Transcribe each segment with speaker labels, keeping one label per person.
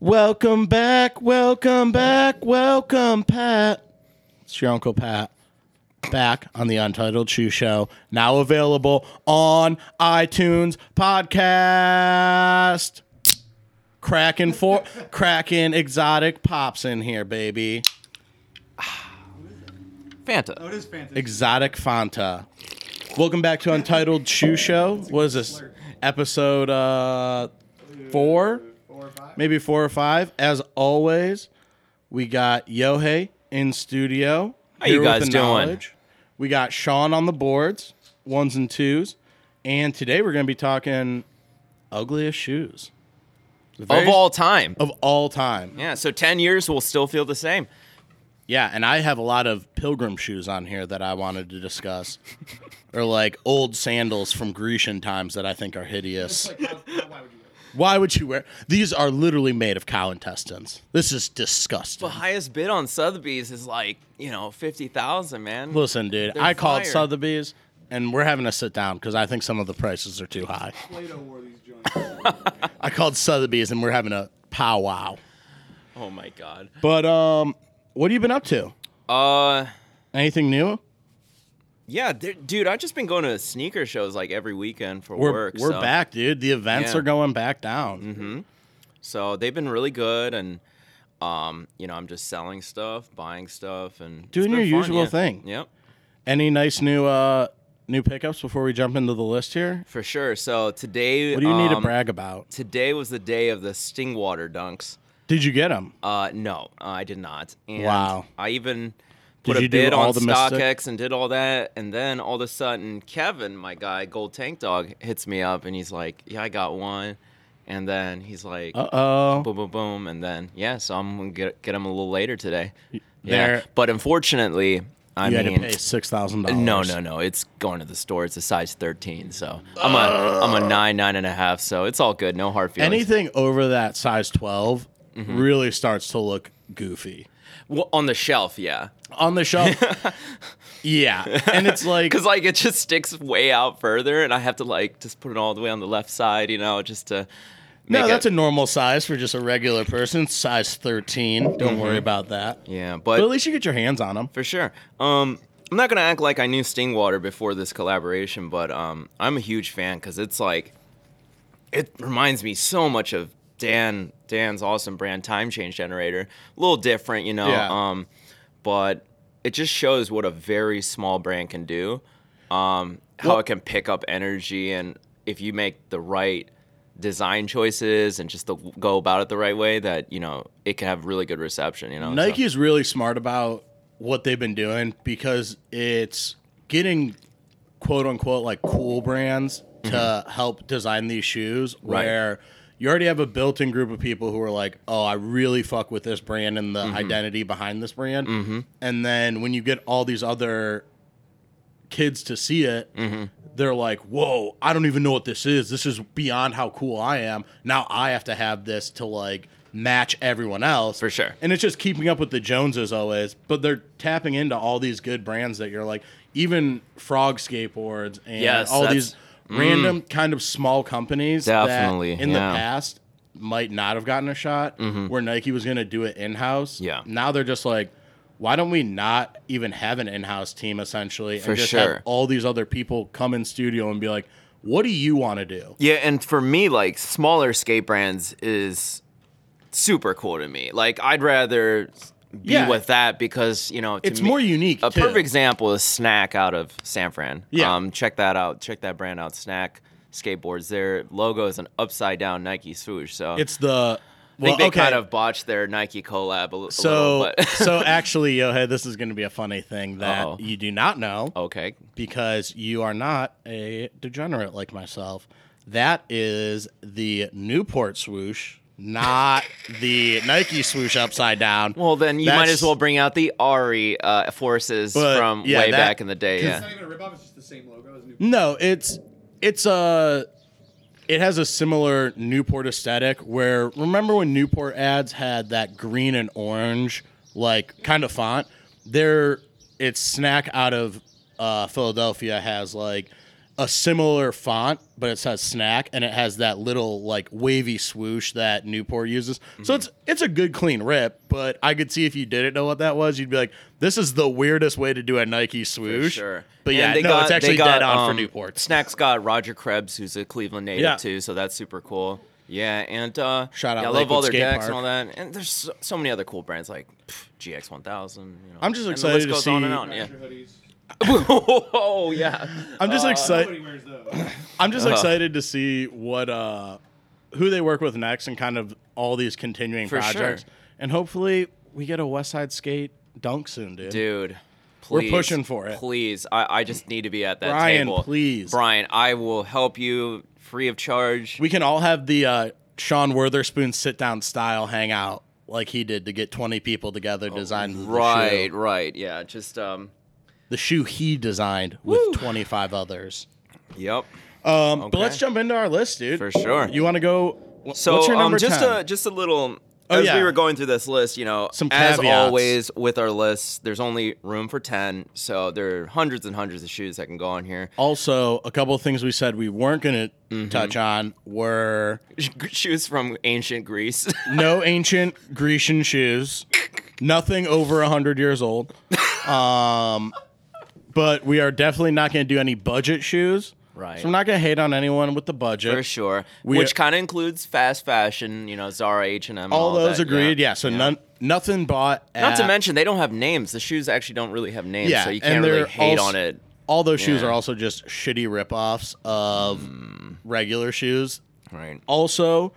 Speaker 1: Welcome back, welcome back, welcome, Pat. It's your Uncle Pat back on the Untitled Shoe Show, now available on iTunes Podcast. Cracking for cracking exotic pops in here, baby.
Speaker 2: Fanta.
Speaker 3: Oh, it is fantastic.
Speaker 1: Exotic Fanta. Welcome back to Untitled Shoe Show. What is this? Episode uh four?
Speaker 3: Four or five.
Speaker 1: maybe four or five. As always, we got Yohei in studio.
Speaker 2: How you
Speaker 1: here with
Speaker 2: guys
Speaker 1: the
Speaker 2: doing?
Speaker 1: We got Sean on the boards, ones and twos, and today we're going to be talking ugliest shoes The
Speaker 2: Of
Speaker 1: very-
Speaker 2: all time.
Speaker 1: of all time. Yeah.
Speaker 2: Yeah, so 10 years will still feel the same.
Speaker 1: and I have a lot of pilgrim shoes on here that I wanted to discuss, or like old sandals from Grecian times that I think are hideous.
Speaker 3: Like, how, how, why would you? wear
Speaker 1: Why would you wear? These are literally made of cow intestines. This is disgusting.
Speaker 2: The highest bid on Sotheby's is like, you know, 50,000, man.
Speaker 1: Listen, dude, I called
Speaker 2: fire.
Speaker 1: Sotheby's, and we're having to sit down because I think some of the prices are too high.
Speaker 3: it? Plato wore these joints.
Speaker 1: I called Sotheby's, and we're having a powwow.
Speaker 2: oh my god.
Speaker 1: But um, what have you been up to?
Speaker 2: Uh
Speaker 1: Anything new?
Speaker 2: yeah, there- dude, I've just been going to sneaker shows like every weekend for
Speaker 1: We're
Speaker 2: work.
Speaker 1: we're
Speaker 2: so-
Speaker 1: back, dude. The events
Speaker 2: Yeah. Mm-hmm.
Speaker 1: are going back down.
Speaker 2: So they've been really good and um, you know, I'm just selling stuff, buying stuff and it's
Speaker 1: Doing
Speaker 2: been
Speaker 1: your
Speaker 2: fun,
Speaker 1: usual
Speaker 2: yeah.
Speaker 1: thing.
Speaker 2: Yep.
Speaker 1: Any nice new uh new pickups before we jump into the list here?
Speaker 2: For sure. So today
Speaker 1: What do you need to
Speaker 2: um,
Speaker 1: brag about?
Speaker 2: Today was the day of the Stingwater dunks.
Speaker 1: Did you get them?
Speaker 2: Uh, no, I did not. And
Speaker 1: Wow.
Speaker 2: I even
Speaker 1: Did
Speaker 2: put
Speaker 1: you
Speaker 2: a
Speaker 1: do
Speaker 2: bid
Speaker 1: all
Speaker 2: on
Speaker 1: the
Speaker 2: StockX
Speaker 1: Mystic?
Speaker 2: and did all that, and then all of a sudden, Kevin, my guy, Gold Tank Dog, hits me up and he's like, "Yeah, I got one," and then he's like,
Speaker 1: Uh oh.
Speaker 2: "Boom, boom, boom," and then yeah, so I'm gonna get get him a little later today.
Speaker 1: There-
Speaker 2: Yeah, but unfortunately, I
Speaker 1: You had
Speaker 2: mean.
Speaker 1: to pay six thousand dollars.
Speaker 2: No, no, no! It's going to the store. It's a size 13, so I'm a I'm a nine, nine and a half. So it's all good. No hard feelings.
Speaker 1: Anything over that size 12
Speaker 2: Mm-hmm.
Speaker 1: really starts to look goofy.
Speaker 2: Well, on the shelf, yeah.
Speaker 1: on the shelf. yeah, and it's like
Speaker 2: because like it just sticks way out further, and I have to like just put it all the way on the left side, you know, just to. Make
Speaker 1: no, that's a
Speaker 2: it.
Speaker 1: normal size for just a regular person, size thirteen. Don't worry about that.
Speaker 2: yeah,
Speaker 1: But at
Speaker 2: Mm-hmm. but
Speaker 1: least you get your hands on them.
Speaker 2: for sure. Um, I'm not gonna act like I knew Stingwater before this collaboration, but um, I'm a huge fan because it's like, it reminds me so much of Dan Dan's awesome brand Time Change Generator. A little different, you know.
Speaker 1: Yeah.
Speaker 2: Um, but it just shows what a very small brand can do. Um, how
Speaker 1: Well-
Speaker 2: it can pick up energy and if you make the right design choices and just the, go about it the right way that you know it can have really good reception you know so-
Speaker 1: Nike is really smart about what they've been doing because it's getting quote unquote like cool brands to help design these shoes
Speaker 2: Mm-hmm. Right.
Speaker 1: where you already have a built-in group of people who are like, "Oh, I really fuck with this brand and the
Speaker 2: Mm-hmm.
Speaker 1: identity behind this brand." And then when you get all these other kids to see it,
Speaker 2: Mm-hmm.
Speaker 1: they're like, "Whoa, I don't even know what this is. This is beyond how cool I am. Now I have to have this to like match everyone else."
Speaker 2: For sure.
Speaker 1: And it's just keeping up with the Joneses always, but they're tapping into all these good brands that you're like, even Frog Skateboards and
Speaker 2: Yes,
Speaker 1: all
Speaker 2: that's- mm.
Speaker 1: these random kind of small companies
Speaker 2: Definitely,
Speaker 1: that in
Speaker 2: yeah. Mm-hmm.
Speaker 1: the past might not have gotten a shot where Nike was going to do it in-house.
Speaker 2: Yeah.
Speaker 1: Now they're just like why don't we not even have an in-house team essentially
Speaker 2: For
Speaker 1: and just have
Speaker 2: sure.
Speaker 1: all these other people come in studio and be like, "What do you want to do?"
Speaker 2: Yeah, and for me, like smaller skate brands is super cool to me. Like I'd rather be
Speaker 1: Yeah.
Speaker 2: with that because you know to
Speaker 1: It's
Speaker 2: me-
Speaker 1: more unique.
Speaker 2: A
Speaker 1: too.
Speaker 2: perfect example is Snack out of San Fran.
Speaker 1: Yeah.
Speaker 2: um, check that out. Check that brand out. Snack skateboards. Their logo is an upside down Nike swoosh. So
Speaker 1: It's the
Speaker 2: I think
Speaker 1: well,
Speaker 2: they
Speaker 1: okay.
Speaker 2: kind of botched their Nike collab a, l- a
Speaker 1: so
Speaker 2: little. But Oh.
Speaker 1: so actually, Yohei, this is going to be a funny thing that
Speaker 2: Uh-oh.
Speaker 1: you do not know
Speaker 2: okay,
Speaker 1: because you are not a degenerate like myself. That is the Newport swoosh, not the Nike swoosh upside down.
Speaker 2: well then you might
Speaker 1: That's-
Speaker 2: as well bring out the Ari uh, forces
Speaker 1: But,
Speaker 2: from
Speaker 1: yeah,
Speaker 2: way
Speaker 1: that-
Speaker 2: back in the day.
Speaker 3: 'Cause It's
Speaker 2: Yeah,
Speaker 3: not even a ripoff. It's just the same logo as New.
Speaker 1: No, it's it's a it has a similar Newport aesthetic where remember when Newport ads had that green and orange like kind of font? There it's snack out of uh, Philadelphia has like a similar font, but it says snack and it has that little like wavy swoosh that Newport uses.
Speaker 2: Mm-hmm.
Speaker 1: So it's it's a good clean rip, but I could see if you didn't know what that was, you'd be like, this is the weirdest way to do a Nike swoosh.
Speaker 2: sure.
Speaker 1: But
Speaker 2: And
Speaker 1: yeah,
Speaker 2: they
Speaker 1: no,
Speaker 2: got-
Speaker 1: it's
Speaker 2: they
Speaker 1: actually
Speaker 2: got,
Speaker 1: dead on
Speaker 2: um,
Speaker 1: for Newport.
Speaker 2: Snacks got Roger Krebs, who's a Cleveland native
Speaker 1: Yeah.
Speaker 2: too, so that's super cool. Yeah, and uh,
Speaker 1: Shout out
Speaker 2: yeah, I love all
Speaker 1: Lakewood
Speaker 2: their
Speaker 1: Skate
Speaker 2: decks
Speaker 1: Park.
Speaker 2: and all that. And there's so, so many other cool brands like pff, GX1000. You know,
Speaker 1: I'm just
Speaker 2: and
Speaker 1: excited
Speaker 2: the list
Speaker 1: to
Speaker 2: goes on and
Speaker 1: see-
Speaker 2: on. Yeah.
Speaker 3: Your hoodies.
Speaker 2: oh yeah.
Speaker 1: I'm just excited.
Speaker 3: Nobody wears those.
Speaker 1: I'm just
Speaker 2: Uh-huh.
Speaker 1: excited to see what uh who they work with next and kind of all these continuing
Speaker 2: For sure.
Speaker 1: projects. And hopefully we get a West Side Skate dunk soon, dude.
Speaker 2: Dude,
Speaker 1: We're
Speaker 2: please,
Speaker 1: pushing for it.
Speaker 2: Please, I, I just need to be at that
Speaker 1: Brian,
Speaker 2: table.
Speaker 1: please.
Speaker 2: Brian, I will help you free of charge.
Speaker 1: We can all have the uh Sean Wertherspoon sit down style hangout like he did to get 20 people together design the
Speaker 2: Oh, right,
Speaker 1: shoe.
Speaker 2: right, yeah. Just um,
Speaker 1: The shoe he designed with 25 others.
Speaker 2: yep,
Speaker 1: Um, But
Speaker 2: Okay.
Speaker 1: let's jump into our list, dude.
Speaker 2: for sure.
Speaker 1: You want to go? wh-
Speaker 2: So
Speaker 1: what's your
Speaker 2: um,
Speaker 1: number
Speaker 2: just
Speaker 1: 10?
Speaker 2: a just a little.
Speaker 1: Oh,
Speaker 2: as
Speaker 1: yeah.
Speaker 2: we were going through this list, you know,
Speaker 1: Some
Speaker 2: as
Speaker 1: caveats.
Speaker 2: always with our lists, there's only room for ten, so there are hundreds and hundreds of shoes that can go on here.
Speaker 1: also, a couple of things we said we weren't going to
Speaker 2: Mm-hmm.
Speaker 1: touch on were
Speaker 2: shoes from ancient Greece.
Speaker 1: no ancient Grecian shoes, nothing over 100 years old. Um, but we are definitely not going to do any budget shoes.
Speaker 2: Right.
Speaker 1: So I'm not going to hate on anyone with the budget.
Speaker 2: for sure.
Speaker 1: We-
Speaker 2: Which kind of includes fast fashion, you know, Zara, H and M.
Speaker 1: All, those
Speaker 2: that,
Speaker 1: agreed. Yeah. so none, nothing bought.
Speaker 2: Not to
Speaker 1: at-
Speaker 2: mention they don't have names. The shoes actually don't really have names,
Speaker 1: Yeah,
Speaker 2: so you
Speaker 1: and
Speaker 2: can't
Speaker 1: they're
Speaker 2: really hate
Speaker 1: also-
Speaker 2: on it.
Speaker 1: all those shoes
Speaker 2: Yeah. Hmm.
Speaker 1: are also just shitty ripoffs of regular shoes.
Speaker 2: Right.
Speaker 1: Also,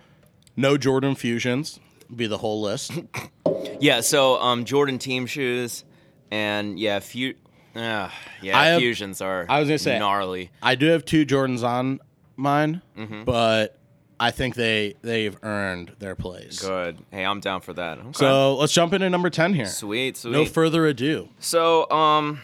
Speaker 1: no Jordan fusions. Be the whole list.
Speaker 2: Yeah. So um, Jordan team shoes, and yeah, few. Uh, yeah,
Speaker 1: I have-
Speaker 2: fusions are.
Speaker 1: I was gonna say-
Speaker 2: gnarly.
Speaker 1: I do have two Jordans on mine,
Speaker 2: Mm-hmm.
Speaker 1: but I think they they've earned their place.
Speaker 2: Good. Hey, I'm down for that. Okay.
Speaker 1: So let's jump into number ten here.
Speaker 2: sweet, sweet.
Speaker 1: No further ado.
Speaker 2: so um,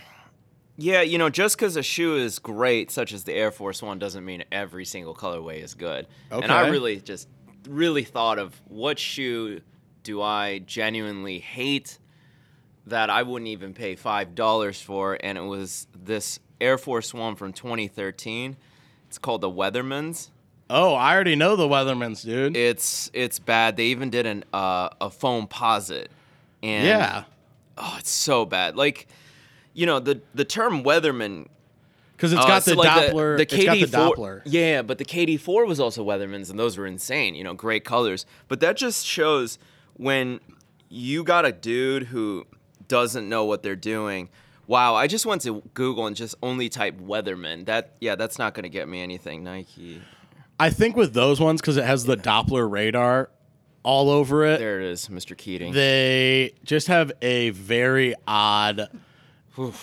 Speaker 2: yeah, you know, just because a shoe is great, such as the Air Force One, doesn't mean every single colorway is good. And I
Speaker 1: Okay.
Speaker 2: really just really thought of what shoe do I genuinely hate that I wouldn't even pay five dollars for, and it was this Air Force One from 2013. It's called the Weatherman's.
Speaker 1: Oh, I already know the Weathermans, dude.
Speaker 2: It's it's bad. They even did an uh, a foam posit. And
Speaker 1: yeah,
Speaker 2: Oh, it's so bad. Like, you know, the the term weatherman.
Speaker 1: because it's
Speaker 2: uh,
Speaker 1: got
Speaker 2: so
Speaker 1: the
Speaker 2: like
Speaker 1: Doppler. it's got the Doppler.
Speaker 2: Yeah, but the KD4 was also weathermans, and those were insane. You know, great colors. But that just shows when you got a dude who doesn't know what they're doing. Wow, I just went to Google and just only typed weatherman. That yeah, that's not gonna get me anything. Nike.
Speaker 1: I think with those ones because it has the Doppler radar all over it.
Speaker 2: There it is, Mr. Keating.
Speaker 1: They just have a very odd.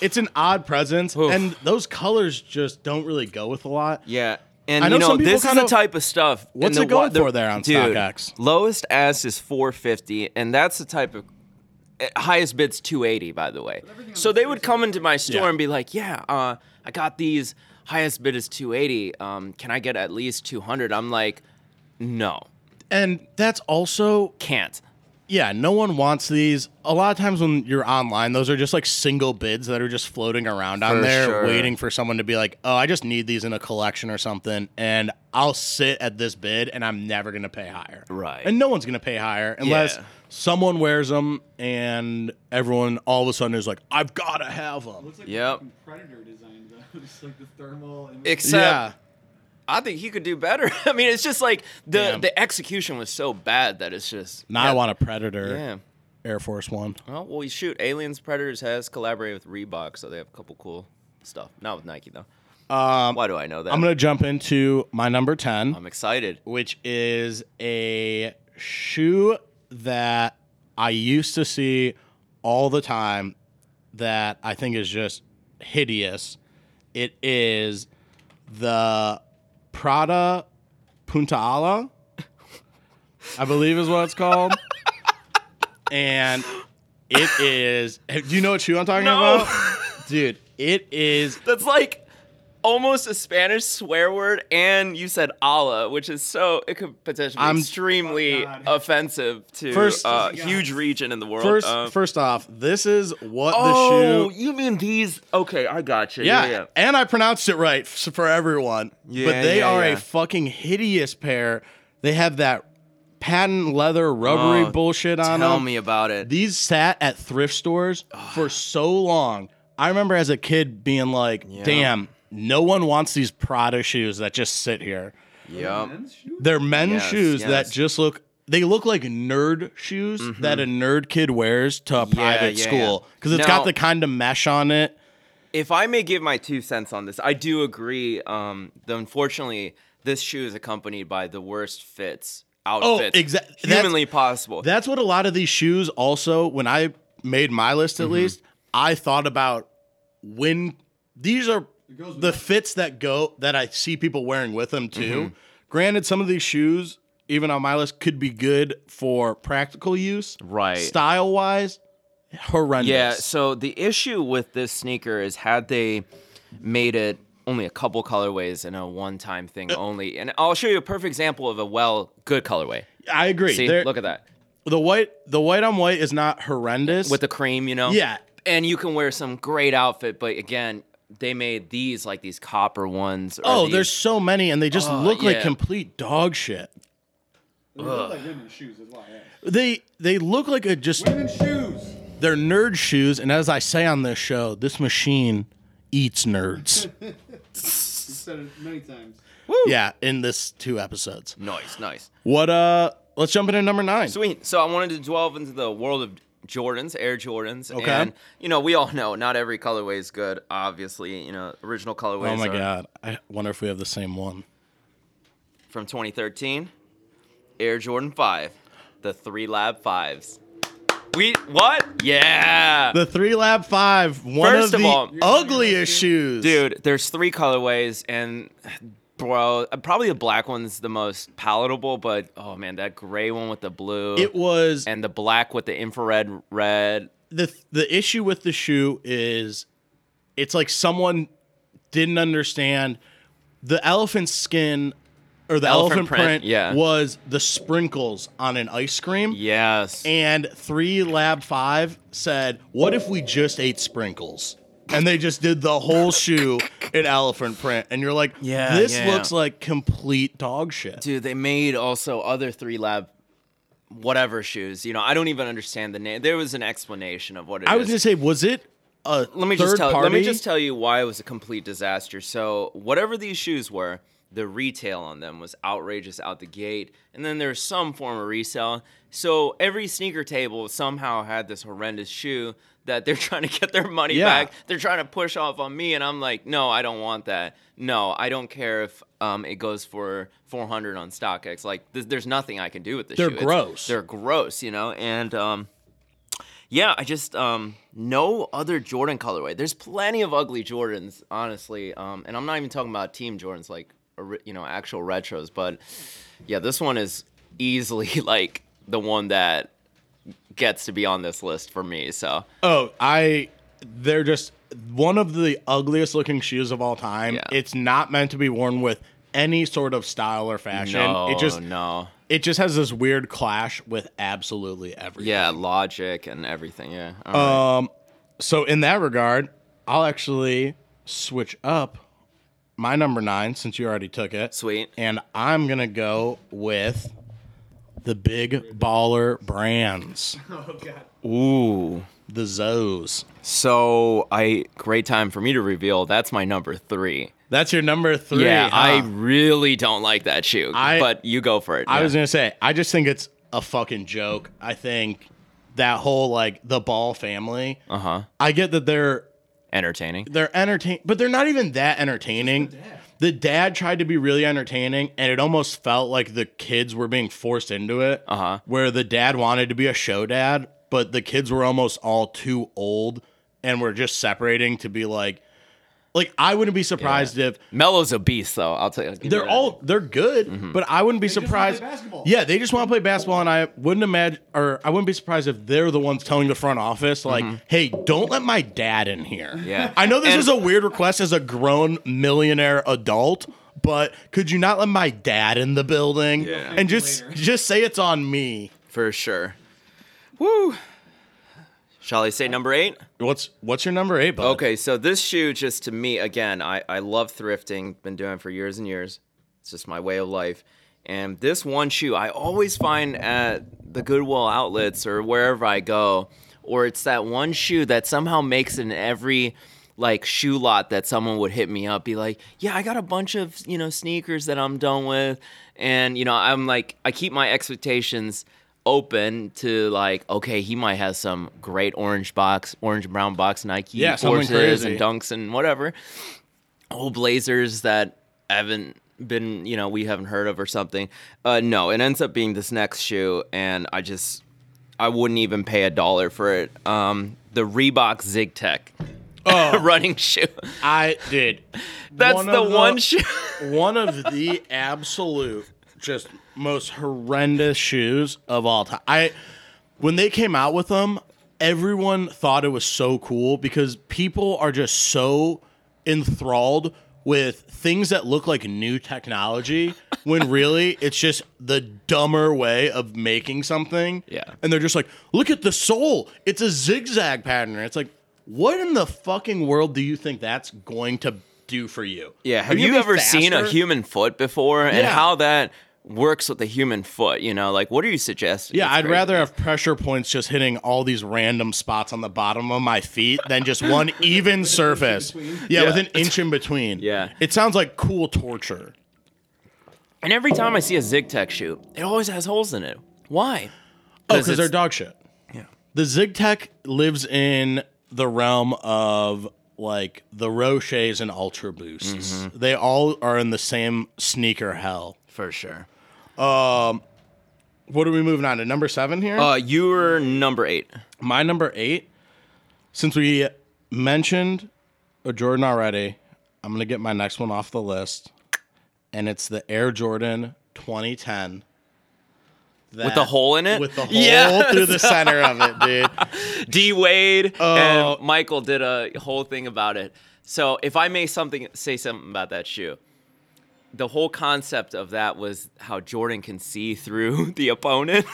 Speaker 1: It's an odd presence,
Speaker 2: Oof.
Speaker 1: and those colors just don't really go with a lot.
Speaker 2: Yeah. And
Speaker 1: I know
Speaker 2: you know,
Speaker 1: some people
Speaker 2: this is
Speaker 1: kinda-
Speaker 2: the type of stuff. and
Speaker 1: What's
Speaker 2: the
Speaker 1: it going
Speaker 2: wa- the-
Speaker 1: for there on
Speaker 2: dude,
Speaker 1: StockX?
Speaker 2: Lowest ass is 450, and that's the type of eh, highest bid's 280, by the way. So they would come into my store
Speaker 1: Yeah.
Speaker 2: and be like, "Yeah, uh, I got these. Highest bid is 280. Um, can I get at least 200?" I'm like, "No,
Speaker 1: And that's also,
Speaker 2: can't."
Speaker 1: yeah, no one wants these. A lot of times when you're online, those are just like single bids that are just floating around on
Speaker 2: For
Speaker 1: there,
Speaker 2: sure.
Speaker 1: waiting for someone to be like, oh, I just need these in a collection or something, and I'll sit at this bid and I'm never going to pay higher.
Speaker 2: Right.
Speaker 1: And no one's going to pay higher unless
Speaker 2: Yeah.
Speaker 1: someone wears them and everyone all of a sudden is like, I've got to have them.
Speaker 3: Looks like
Speaker 2: Yep.
Speaker 3: fucking Predator designed those, like the thermal. And
Speaker 2: Except
Speaker 1: Yeah.
Speaker 2: I think he could do better. I mean, it's just like the
Speaker 1: Yeah.
Speaker 2: the execution was so bad that it's just
Speaker 1: Now I want a Predator
Speaker 2: Yeah.
Speaker 1: Air Force One.
Speaker 2: Oh well, we shoot. Aliens Predators has collaborated with Reebok, so they have a couple cool stuff. Not with Nike though. Um, Why do I know that?
Speaker 1: I'm
Speaker 2: I'm,
Speaker 1: going to jump into my number 10.
Speaker 2: excited.
Speaker 1: which is a shoe that I used to see all the time that I think is just hideous. It is the Prada Punta Ala, I believe is what it's called. and it is, do you know what shoe I'm talking
Speaker 2: No.
Speaker 1: about? Dude, it is
Speaker 2: That's like almost a Spanish swear word, and you said "Allah," which is so it could potentially be
Speaker 1: I'm-
Speaker 2: extremely
Speaker 3: Oh, God.
Speaker 2: offensive to
Speaker 1: First-
Speaker 2: uh,
Speaker 3: Oh, God.
Speaker 2: huge region in the world.
Speaker 1: First,
Speaker 2: Uh,
Speaker 1: first off, this is what
Speaker 2: oh,
Speaker 1: the shoe.
Speaker 2: you mean these? Okay, I got you.
Speaker 1: Yeah,
Speaker 2: Yeah, yeah.
Speaker 1: and I pronounced it right f- for everyone.
Speaker 2: Yeah,
Speaker 1: but they
Speaker 2: yeah,
Speaker 1: are
Speaker 2: yeah.
Speaker 1: a fucking hideous pair. They have that patent leather rubbery
Speaker 2: Oh,
Speaker 1: bullshit on
Speaker 2: Tell
Speaker 1: them.
Speaker 2: me about it.
Speaker 1: These sat at thrift stores for so long. I remember as a kid being like, "Damn, no one wants these Prada shoes that just sit here."
Speaker 2: Yup.
Speaker 3: Men's shoes?
Speaker 1: They're men's
Speaker 2: Yes,
Speaker 1: shoes that
Speaker 2: yes.
Speaker 1: just look they look like nerd shoes that a nerd kid wears to a private
Speaker 2: Mm-hmm. yeah,
Speaker 1: school
Speaker 2: yeah.
Speaker 1: because it's
Speaker 2: Now-
Speaker 1: got the kind of mesh on it.
Speaker 2: if I may give my two cents on this, I do agree. Um, the, unfortunately, this shoe is accompanied by the worst fits, outfits,
Speaker 1: exact- Oh, that's-
Speaker 2: humanly possible.
Speaker 1: That's what a lot of these shoes also when I made my list
Speaker 2: Mm-hmm.
Speaker 1: at least, I thought about when these are
Speaker 3: It goes with
Speaker 1: the
Speaker 3: that.
Speaker 1: fits that go that I see people wearing with them too.
Speaker 2: Mm-hmm.
Speaker 1: Granted some of these shoes even on my list could be good for practical use.
Speaker 2: Right.
Speaker 1: Style wise, horrendous.
Speaker 2: yeah. So the issue with this sneaker is had they made it only a couple colorways and a one-time thing
Speaker 1: Uh,
Speaker 2: only, and I'll show you a perfect example of a well good colorway.
Speaker 1: I agree.
Speaker 2: See,
Speaker 1: They're-
Speaker 2: look at that
Speaker 1: the white the white on white is not horrendous
Speaker 2: with the cream, you know.
Speaker 1: yeah
Speaker 2: And you can wear some great outfit, but again, they made these like these copper ones. Or
Speaker 1: oh
Speaker 2: these- Oh,
Speaker 1: there's so many and they just look like
Speaker 2: yeah.
Speaker 1: complete dog shit
Speaker 3: They look like women's shoes. Is why.
Speaker 1: they they look like a just
Speaker 3: Women's shoes.
Speaker 1: they're nerd shoes and as i say on this show this machine eats nerds
Speaker 3: We've said it many times.
Speaker 1: yeah in this two episodes
Speaker 2: nice, nice.
Speaker 1: what uh let's jump into number nine
Speaker 2: Sweet. So I wanted to delve into the world of Jordans, Air Jordans.
Speaker 1: Okay.
Speaker 2: And, you know, we all know not every colorway is good, obviously. You know, original colorways
Speaker 1: oh my
Speaker 2: are
Speaker 1: god i wonder if we have the same one
Speaker 2: from 2013. Air Jordan 5. The three lab fives. We, what? Yeah.
Speaker 1: the three lab five one of
Speaker 2: First of
Speaker 1: the
Speaker 2: all-
Speaker 1: ugliest shoes
Speaker 2: Dude, there's three colorways, and bro, probably the black one's the most palatable, but oh man, that gray one with the blue.
Speaker 1: it was
Speaker 2: and the black with the infrared red.
Speaker 1: the the issue with the shoe is it's like someone didn't understand the elephant skin or the elephant,
Speaker 2: Elephant
Speaker 1: print,
Speaker 2: print, yeah.
Speaker 1: was the sprinkles on an ice cream
Speaker 2: Yes.
Speaker 1: and 3 lab 5 said what if we just ate sprinkles and they just did the whole shoe in elephant print and you're like
Speaker 2: Yeah,
Speaker 1: this
Speaker 2: yeah.
Speaker 1: looks like complete dog shit
Speaker 2: Dude, they made also other three lab whatever shoes. You know, I don't even understand the name. There was an explanation of what it
Speaker 1: i was
Speaker 2: is.
Speaker 1: going to say was it a
Speaker 2: let me
Speaker 1: third
Speaker 2: just tell
Speaker 1: party
Speaker 2: let me just tell you why it was a complete disaster. So whatever these shoes were, the retail on them was outrageous out the gate, and then there's some form of resale. So every sneaker table somehow had this horrendous shoe that they're trying to get their money
Speaker 1: Yeah.
Speaker 2: back. They're trying to push off on me, and I'm like, no, I don't want that. No, I don't care if um, it goes for 400 on StockX. Like, th- there's nothing I can do with this.
Speaker 1: They're
Speaker 2: shoe. It's-
Speaker 1: gross.
Speaker 2: They're gross, you know, and um, yeah, I just um no other Jordan colorway. There's plenty of ugly Jordans, honestly. Um, and I'm not even talking about team Jordans, like or- you know actual retros. But yeah, this one is easily like the one that gets to be on this list for me. So
Speaker 1: Oh, I they're just one of the ugliest looking shoes of all time.
Speaker 2: Yeah.
Speaker 1: It's not meant to be worn with any sort of style or fashion.
Speaker 2: no,
Speaker 1: it just
Speaker 2: no,
Speaker 1: it just has this weird clash with absolutely everything.
Speaker 2: yeah, logic and everything. Yeah, All right.
Speaker 1: Um so in that regard, I'll actually switch up my number 9 since you already took it.
Speaker 2: sweet.
Speaker 1: And I'm going to go with the big baller brands,
Speaker 3: Oh God.
Speaker 2: Ooh.
Speaker 1: the Zos.
Speaker 2: So I great time for me to reveal. That's my number three.
Speaker 1: That's your number 3.
Speaker 2: yeah, I
Speaker 1: huh?
Speaker 2: really don't like that shoe.
Speaker 1: I-
Speaker 2: but you go for it.
Speaker 1: I
Speaker 2: yeah.
Speaker 1: was gonna say, I just think it's a fucking joke. I think that whole like the Ball family.
Speaker 2: uh huh.
Speaker 1: I get that they're
Speaker 2: Entertaining.
Speaker 1: they're entertain, but they're not even that entertaining. The dad. tried to be really entertaining, and it almost felt like the kids were being forced into it. Uh
Speaker 2: Uh-huh.
Speaker 1: Where the dad wanted to be a show dad, but the kids were almost all too old, and were just separating to be like. like I wouldn't be surprised if
Speaker 2: Melo's a beast, though. I'll tell you. I'll give you
Speaker 1: they're
Speaker 2: that.
Speaker 1: all they're good, but I wouldn't be
Speaker 3: just wanna
Speaker 1: surprised.
Speaker 3: play basketball.
Speaker 1: yeah, they just want to play basketball, and I wouldn't imagine, or I wouldn't be surprised if they're the ones telling the front office, like, "Hey, don't let my dad in here."
Speaker 2: Yeah.
Speaker 1: I know this
Speaker 2: And-
Speaker 1: is a weird request as a grown millionaire adult, but could you not let my dad in the building?
Speaker 2: Yeah.
Speaker 1: and just
Speaker 3: Later.
Speaker 1: just say it's on me.
Speaker 2: for sure. Woo. Shall I say number eight?
Speaker 1: What's what's your number eight? Bud?
Speaker 2: Okay, so this shoe, just to me, again, I, I love thrifting, been doing it for years and years. It's just my way of life. And this one shoe I always find at the Goodwill outlets or wherever I go, or it's that one shoe that somehow makes it in every like shoe lot that someone would hit me up, be like, Yeah, I got a bunch of, you know, sneakers that I'm done with. And, you know, I'm like, I keep my expectations open to like, okay, he might have some great orange box, orange and brown box Nike
Speaker 1: Yeah, something
Speaker 2: forces
Speaker 1: crazy.
Speaker 2: and dunks and whatever. Old Blazers that haven't been, you know, we haven't heard of or something. Uh, no, it ends up being this next shoe, and I just, I wouldn't even pay a dollar for it. Um, the Reebok ZigTech
Speaker 1: oh,
Speaker 2: running shoe.
Speaker 1: I did.
Speaker 2: That's
Speaker 1: One
Speaker 2: the
Speaker 1: of
Speaker 2: one shoe.
Speaker 1: one of the absolute just most horrendous shoes of all time. I when they came out with them, everyone thought it was so cool because people are just so enthralled with things that look like new technology when really it's just the dumber way of making something.
Speaker 2: Yeah.
Speaker 1: And they're just like, look at the sole. It's a zigzag pattern. It's like, what in the fucking world do you think that's going to do for you?
Speaker 2: Yeah.
Speaker 1: Are
Speaker 2: Have
Speaker 1: gonna
Speaker 2: you
Speaker 1: be
Speaker 2: ever seen a
Speaker 1: faster?
Speaker 2: human foot before and
Speaker 1: Yeah.
Speaker 2: how that works with the human foot? You know, like, what are you suggesting?
Speaker 1: Yeah,
Speaker 2: It's
Speaker 1: I'd
Speaker 2: crazy.
Speaker 1: rather have pressure points just hitting all these random spots on the bottom of my feet than just one even surface.
Speaker 3: between.
Speaker 1: Yeah,
Speaker 2: Yeah.
Speaker 1: with an inch in between.
Speaker 2: Yeah.
Speaker 1: It sounds like cool torture.
Speaker 2: And every time I see a ZigTech shoe, it always has holes in it.
Speaker 1: Oh,
Speaker 2: Why?
Speaker 1: because
Speaker 2: it's-
Speaker 1: they're dog shit. Yeah. The ZigTech lives in the realm of like the Roches and Ultra Boosts. They all are in the same sneaker hell.
Speaker 2: For sure.
Speaker 1: What are we moving on to? Number seven here?
Speaker 2: Uh, you were number eight.
Speaker 1: My number eight, since we mentioned a Jordan already, I'm gonna get my next one off the list, and it's the Air Jordan 2010. that-
Speaker 2: the hole in it?
Speaker 1: With the hole
Speaker 2: Yes.
Speaker 1: through the center of it, dude.
Speaker 2: D Wade
Speaker 1: Oh.
Speaker 2: and Michael did a whole thing about it. So if I may something say something about that shoe, the whole concept of that was how Jordan can see through the opponent,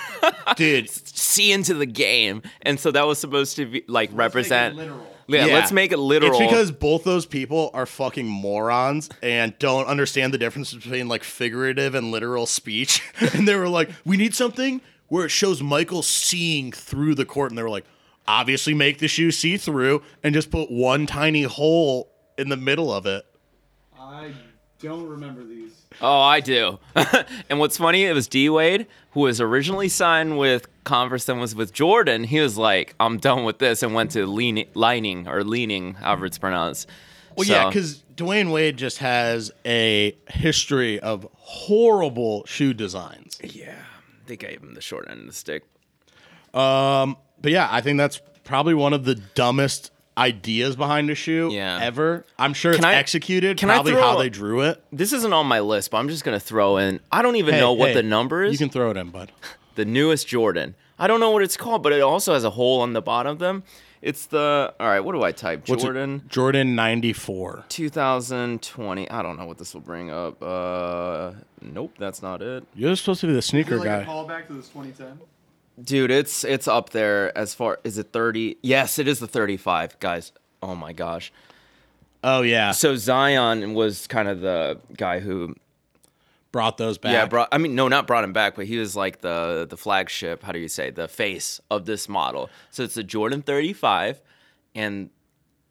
Speaker 1: Dude,
Speaker 2: see into the game, and so that was supposed to be like represent.
Speaker 3: literal.
Speaker 2: Yeah,
Speaker 1: Yeah.
Speaker 2: let's make it literal.
Speaker 1: it's because both those people are fucking morons and don't understand the difference between like figurative and literal speech. and they were like, "We need something where it shows Michael seeing through the court." And they were like, "Obviously, make the shoe see through and just put one tiny hole in the middle of it."
Speaker 3: I don't remember these.
Speaker 2: Oh, I do. and what's funny, it was D Wade, who was originally signed with Converse and was with Jordan. He was like, I'm done with this, and went to leaning, lining or leaning, however it's pronounced.
Speaker 1: Well,
Speaker 2: So-
Speaker 1: yeah, because Dwayne Wade just has a history of horrible shoe designs.
Speaker 2: Yeah, they gave him the short end of the stick.
Speaker 1: But yeah, I think that's probably one of the dumbest ideas behind a shoe
Speaker 2: Yeah.
Speaker 1: ever. I'm sure it's
Speaker 2: I-
Speaker 1: executed
Speaker 2: can I
Speaker 1: probably
Speaker 2: throw
Speaker 1: how
Speaker 2: a-
Speaker 1: they drew it.
Speaker 2: This isn't on my list, but I'm just gonna throw in. I don't even
Speaker 1: Hey,
Speaker 2: know what
Speaker 1: hey,
Speaker 2: the number
Speaker 1: You
Speaker 2: is.
Speaker 1: can throw it in, bud.
Speaker 2: the newest Jordan. I don't know what it's called, but it also has a hole on the bottom of them. It's the all right. What do I type?
Speaker 1: What's it?
Speaker 2: Jordan.
Speaker 1: Jordan 94.
Speaker 2: 2020. I don't know what this will bring up. Uh, nope, that's not it,
Speaker 1: You're supposed to be the
Speaker 3: Is it
Speaker 1: sneaker
Speaker 3: like a
Speaker 1: guy.
Speaker 3: callback to this 2010?
Speaker 2: dude. It's it's up there as far. Is it 30? Yes, it is the 35, guys. Oh my gosh.
Speaker 1: Oh yeah,
Speaker 2: So Zion was kind of the guy who,
Speaker 1: brought those back.
Speaker 2: yeah, brought. I mean, no, not brought him back, but he was like the the flagship. How do you say the face of this model? So it's the Jordan 35, and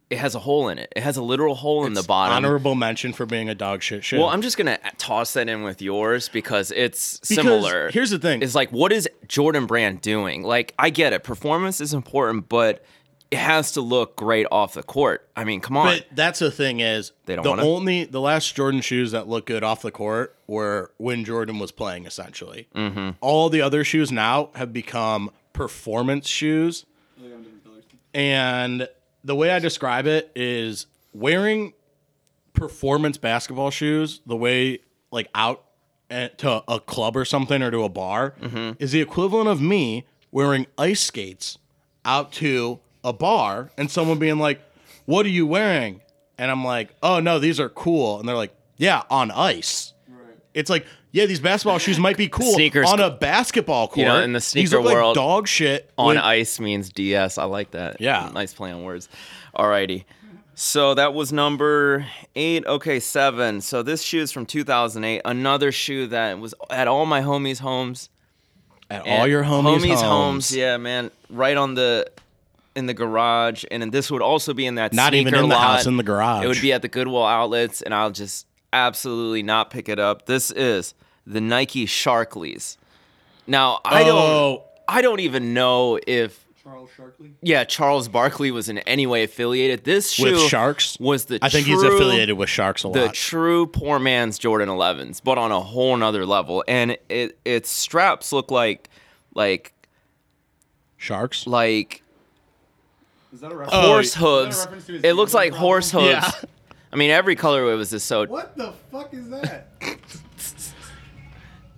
Speaker 2: it has a hole in it. It has a literal hole in the bottom.
Speaker 1: Honorable mention for being a dog shit shoe.
Speaker 2: Well, I'm just gonna toss that in with yours because it's
Speaker 1: Because
Speaker 2: similar.
Speaker 1: here's the thing.
Speaker 2: is like what is Jordan Brand doing? Like I get it, performance is important, but it has to look great off the court. I mean, come on.
Speaker 1: But that's the thing is
Speaker 2: They don't
Speaker 1: the
Speaker 2: wanna?
Speaker 1: only the last Jordan shoes that look good off the court were when Jordan was playing. Essentially,
Speaker 2: Mm-hmm.
Speaker 1: all the other shoes now have become performance shoes.
Speaker 3: I think I'm different colors.
Speaker 1: And the way I describe it is wearing performance basketball shoes, the way like out at, to a club or something or to a bar,
Speaker 2: Mm-hmm.
Speaker 1: is the equivalent of me wearing ice skates out to a bar and someone being like, "What are you wearing?" And I'm like, "Oh no, these are cool." And they're like, "Yeah, on ice."
Speaker 3: Right.
Speaker 1: It's like, yeah, these basketball shoes might be cool
Speaker 2: Sneakers-
Speaker 1: on a basketball court.
Speaker 2: You know, in the
Speaker 1: these
Speaker 2: sneaker
Speaker 1: look like
Speaker 2: world,
Speaker 1: dog shit
Speaker 2: On
Speaker 1: when-
Speaker 2: ice means DS. I like that.
Speaker 1: Yeah.
Speaker 2: Nice play on words. Alrighty. So that was number eight. Okay, seven. So this shoe is from 2008. Another shoe that was at all my homies' homes.
Speaker 1: at
Speaker 2: and
Speaker 1: all your homies, homes.
Speaker 2: homes. Yeah, man. Right on the in the garage, and then this would also be in that
Speaker 1: Not even
Speaker 2: sneaker
Speaker 1: in the
Speaker 2: lot.
Speaker 1: house, in the garage.
Speaker 2: It would be at the Goodwill outlets, and I'll just absolutely not pick it up. This is the Nike Sharkleys. Now I
Speaker 1: Oh.
Speaker 2: don't, I don't even know if
Speaker 3: Charles Sharkley.
Speaker 2: yeah Charles Barkley was in any way affiliated. This shoe
Speaker 1: With Sharks?
Speaker 2: was the
Speaker 1: I think he's
Speaker 2: true-
Speaker 1: affiliated with Sharks a
Speaker 2: the
Speaker 1: lot.
Speaker 2: true poor man's Jordan 11s, but on a whole nother level. And it its straps look like like
Speaker 1: Sharks?
Speaker 2: like
Speaker 3: Is
Speaker 1: Oh.
Speaker 3: that a reference?
Speaker 2: horse
Speaker 1: is that
Speaker 3: a
Speaker 2: hooves.
Speaker 3: reference to his
Speaker 2: It looks
Speaker 3: gambling
Speaker 2: like horse hooves.
Speaker 1: problem?
Speaker 2: I mean, every colorway was just so
Speaker 3: What the fuck is that? It's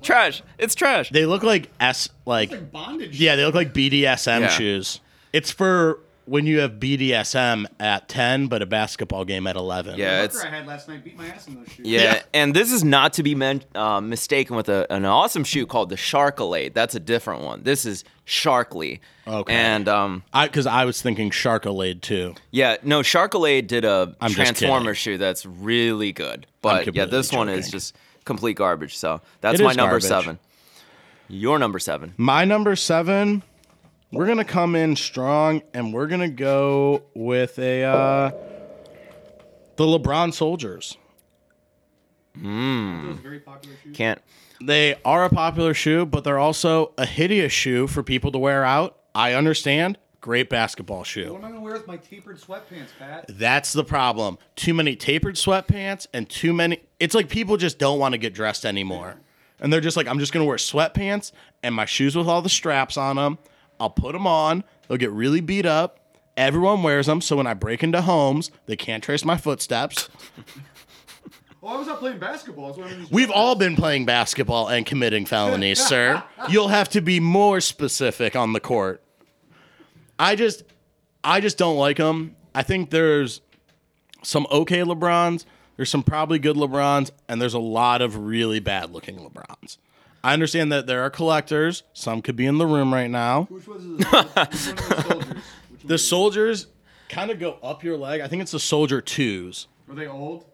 Speaker 2: trash. It's trash.
Speaker 1: They look like S like
Speaker 3: like bondage.
Speaker 1: yeah, they look like BDSM
Speaker 2: Yeah.
Speaker 1: shoes. It's for when you have BDSM at 10 but a basketball game at 11.
Speaker 2: Yeah.
Speaker 3: The
Speaker 2: it's-
Speaker 3: fucker I had last night beat my ass in those shoes.
Speaker 2: yeah,
Speaker 1: Yeah.
Speaker 2: and this is not to be men- uh, mistaken with a, an awesome shoe called the Sharkalade. That's a different one. This is Sharkly.
Speaker 1: Okay.
Speaker 2: And um,
Speaker 1: I cuz I was thinking Sharkalade too.
Speaker 2: Yeah, no, Sharkalade did a
Speaker 1: I'm just
Speaker 2: Transformer shoe that's really good. But yeah,
Speaker 1: completely
Speaker 2: this one is
Speaker 1: joking.
Speaker 2: just complete garbage. So that's
Speaker 1: It
Speaker 2: my
Speaker 1: is
Speaker 2: number
Speaker 1: garbage.
Speaker 2: seven. Your number seven.
Speaker 1: My number 7 we're going to come in strong and we're going to go with a uh the LeBron Soldiers.
Speaker 3: Those very popular shoes.
Speaker 2: Can't
Speaker 1: They are a popular shoe, but they're also a hideous shoe for people to wear out. I understand. Great basketball
Speaker 3: What
Speaker 1: shoe.
Speaker 3: am I gonna wear with my tapered sweatpants, Pat?
Speaker 1: That's the problem. Too many tapered sweatpants and too many. It's like people just don't want to get dressed anymore. And they're just like, I'm just going to wear sweatpants and my shoes with all the straps on them. I'll put them on. They'll get really beat up. Everyone wears them. So when I break into homes, they can't trace my footsteps.
Speaker 3: Oh, I was out playing basketball. That's why I'm in these
Speaker 1: We've
Speaker 3: sweatpants.
Speaker 1: all been playing basketball and committing felonies, sir. You'll have to be more specific on the court. I just I just don't like them. I think there's some okay LeBrons, there's some probably good LeBrons, and there's a lot of really bad looking LeBrons. I understand that there are collectors. Some could be in the room right now.
Speaker 3: Which was the, which one are the soldiers? Which one
Speaker 1: The
Speaker 3: are they?
Speaker 1: soldiers kind of go up your leg. I think it's the soldier twos.
Speaker 3: Were they old?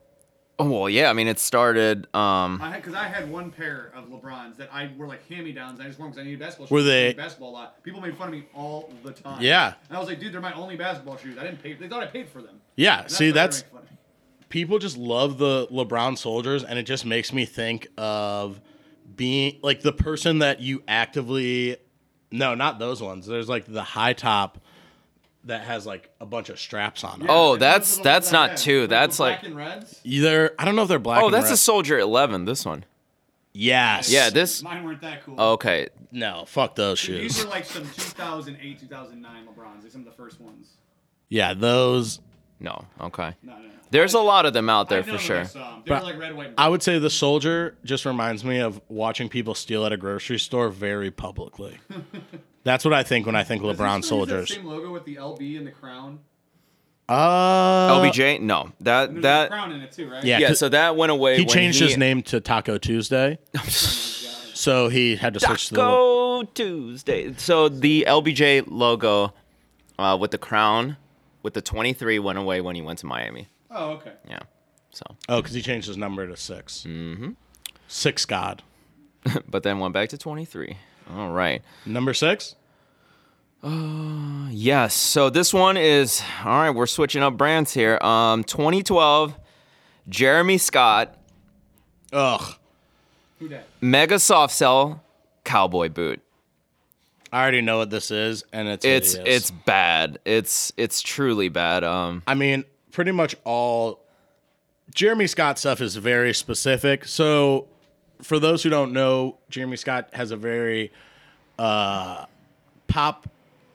Speaker 2: Oh well, yeah, I mean it started um
Speaker 3: I had because I had one pair of LeBrons that I were like hand-me-downs. I just wore because I needed basketball.
Speaker 1: Were
Speaker 3: shoes. I
Speaker 1: they-
Speaker 3: played basketball a lot? People made fun of me all the time.
Speaker 1: Yeah.
Speaker 3: and I was like, dude, they're my only basketball shoes. I didn't pay. They thought I paid for them.
Speaker 1: Yeah,
Speaker 3: And why
Speaker 1: see,
Speaker 3: they were
Speaker 1: that's
Speaker 3: making fun of me.
Speaker 1: people just love the LeBron soldiers, and it just makes me think of being like the person that you actively. No, not those ones. There's like the high top that has like a bunch of straps on it.
Speaker 2: Oh,
Speaker 3: Yeah, and those
Speaker 2: that's-
Speaker 3: are the ones
Speaker 2: that's
Speaker 3: I
Speaker 2: not
Speaker 3: had.
Speaker 2: two.
Speaker 3: Those
Speaker 2: That's
Speaker 3: were
Speaker 2: like-
Speaker 3: black and reds.
Speaker 1: Either I don't know if they're black.
Speaker 2: Oh,
Speaker 1: and
Speaker 2: that's
Speaker 1: red.
Speaker 2: a soldier eleven, this one.
Speaker 1: yes.
Speaker 2: Yeah, this Oh,
Speaker 3: Mine weren't that cool.
Speaker 2: Okay.
Speaker 1: No, fuck those
Speaker 3: These
Speaker 1: shoes.
Speaker 3: were like some 2008, 2009 LeBrons, like some of the first ones.
Speaker 1: Yeah, those.
Speaker 2: No, okay.
Speaker 3: No, no, no.
Speaker 2: There's a lot of them out
Speaker 3: I
Speaker 2: there
Speaker 3: know
Speaker 2: for
Speaker 3: that I
Speaker 2: sure.
Speaker 3: saw 'em. They were
Speaker 1: But
Speaker 3: like red, white, and
Speaker 1: I would say the soldier just reminds me of watching people steal at a grocery store very publicly. That's what I think when I think
Speaker 3: Does he
Speaker 1: LeBron
Speaker 3: still use that
Speaker 1: soldiers.
Speaker 3: Same logo with the LB and the crown.
Speaker 1: Uh,
Speaker 2: LBJ? No. That
Speaker 3: There's a
Speaker 2: that
Speaker 3: crown in it too, right?
Speaker 1: Yeah.
Speaker 2: yeah, so that went away.
Speaker 1: he
Speaker 2: when
Speaker 1: changed
Speaker 2: he,
Speaker 1: his name to Taco Tuesday. So he had to switch to the little-
Speaker 2: Taco Tuesday. So the LBJ logo uh, with the crown with the 23 went away when he went to Miami.
Speaker 3: Oh, okay.
Speaker 2: Yeah. So,
Speaker 1: oh, because he changed his number to 6 Mm-hmm. Six God.
Speaker 2: but then went back to 23. All right.
Speaker 1: Number six.
Speaker 2: Yes. So this one is all right. We're switching up brands here. Um, 2012, Jeremy Scott,
Speaker 1: Ugh,
Speaker 3: Who dat?
Speaker 2: Mega Soft Cell, Cowboy Boot.
Speaker 1: I already know what this is, and it's
Speaker 2: It's
Speaker 1: hideous.
Speaker 2: it's bad. It's it's truly bad. Um,
Speaker 1: I mean, pretty much all Jeremy Scott stuff is very specific. So, for those who don't know, Jeremy Scott has a very uh, pop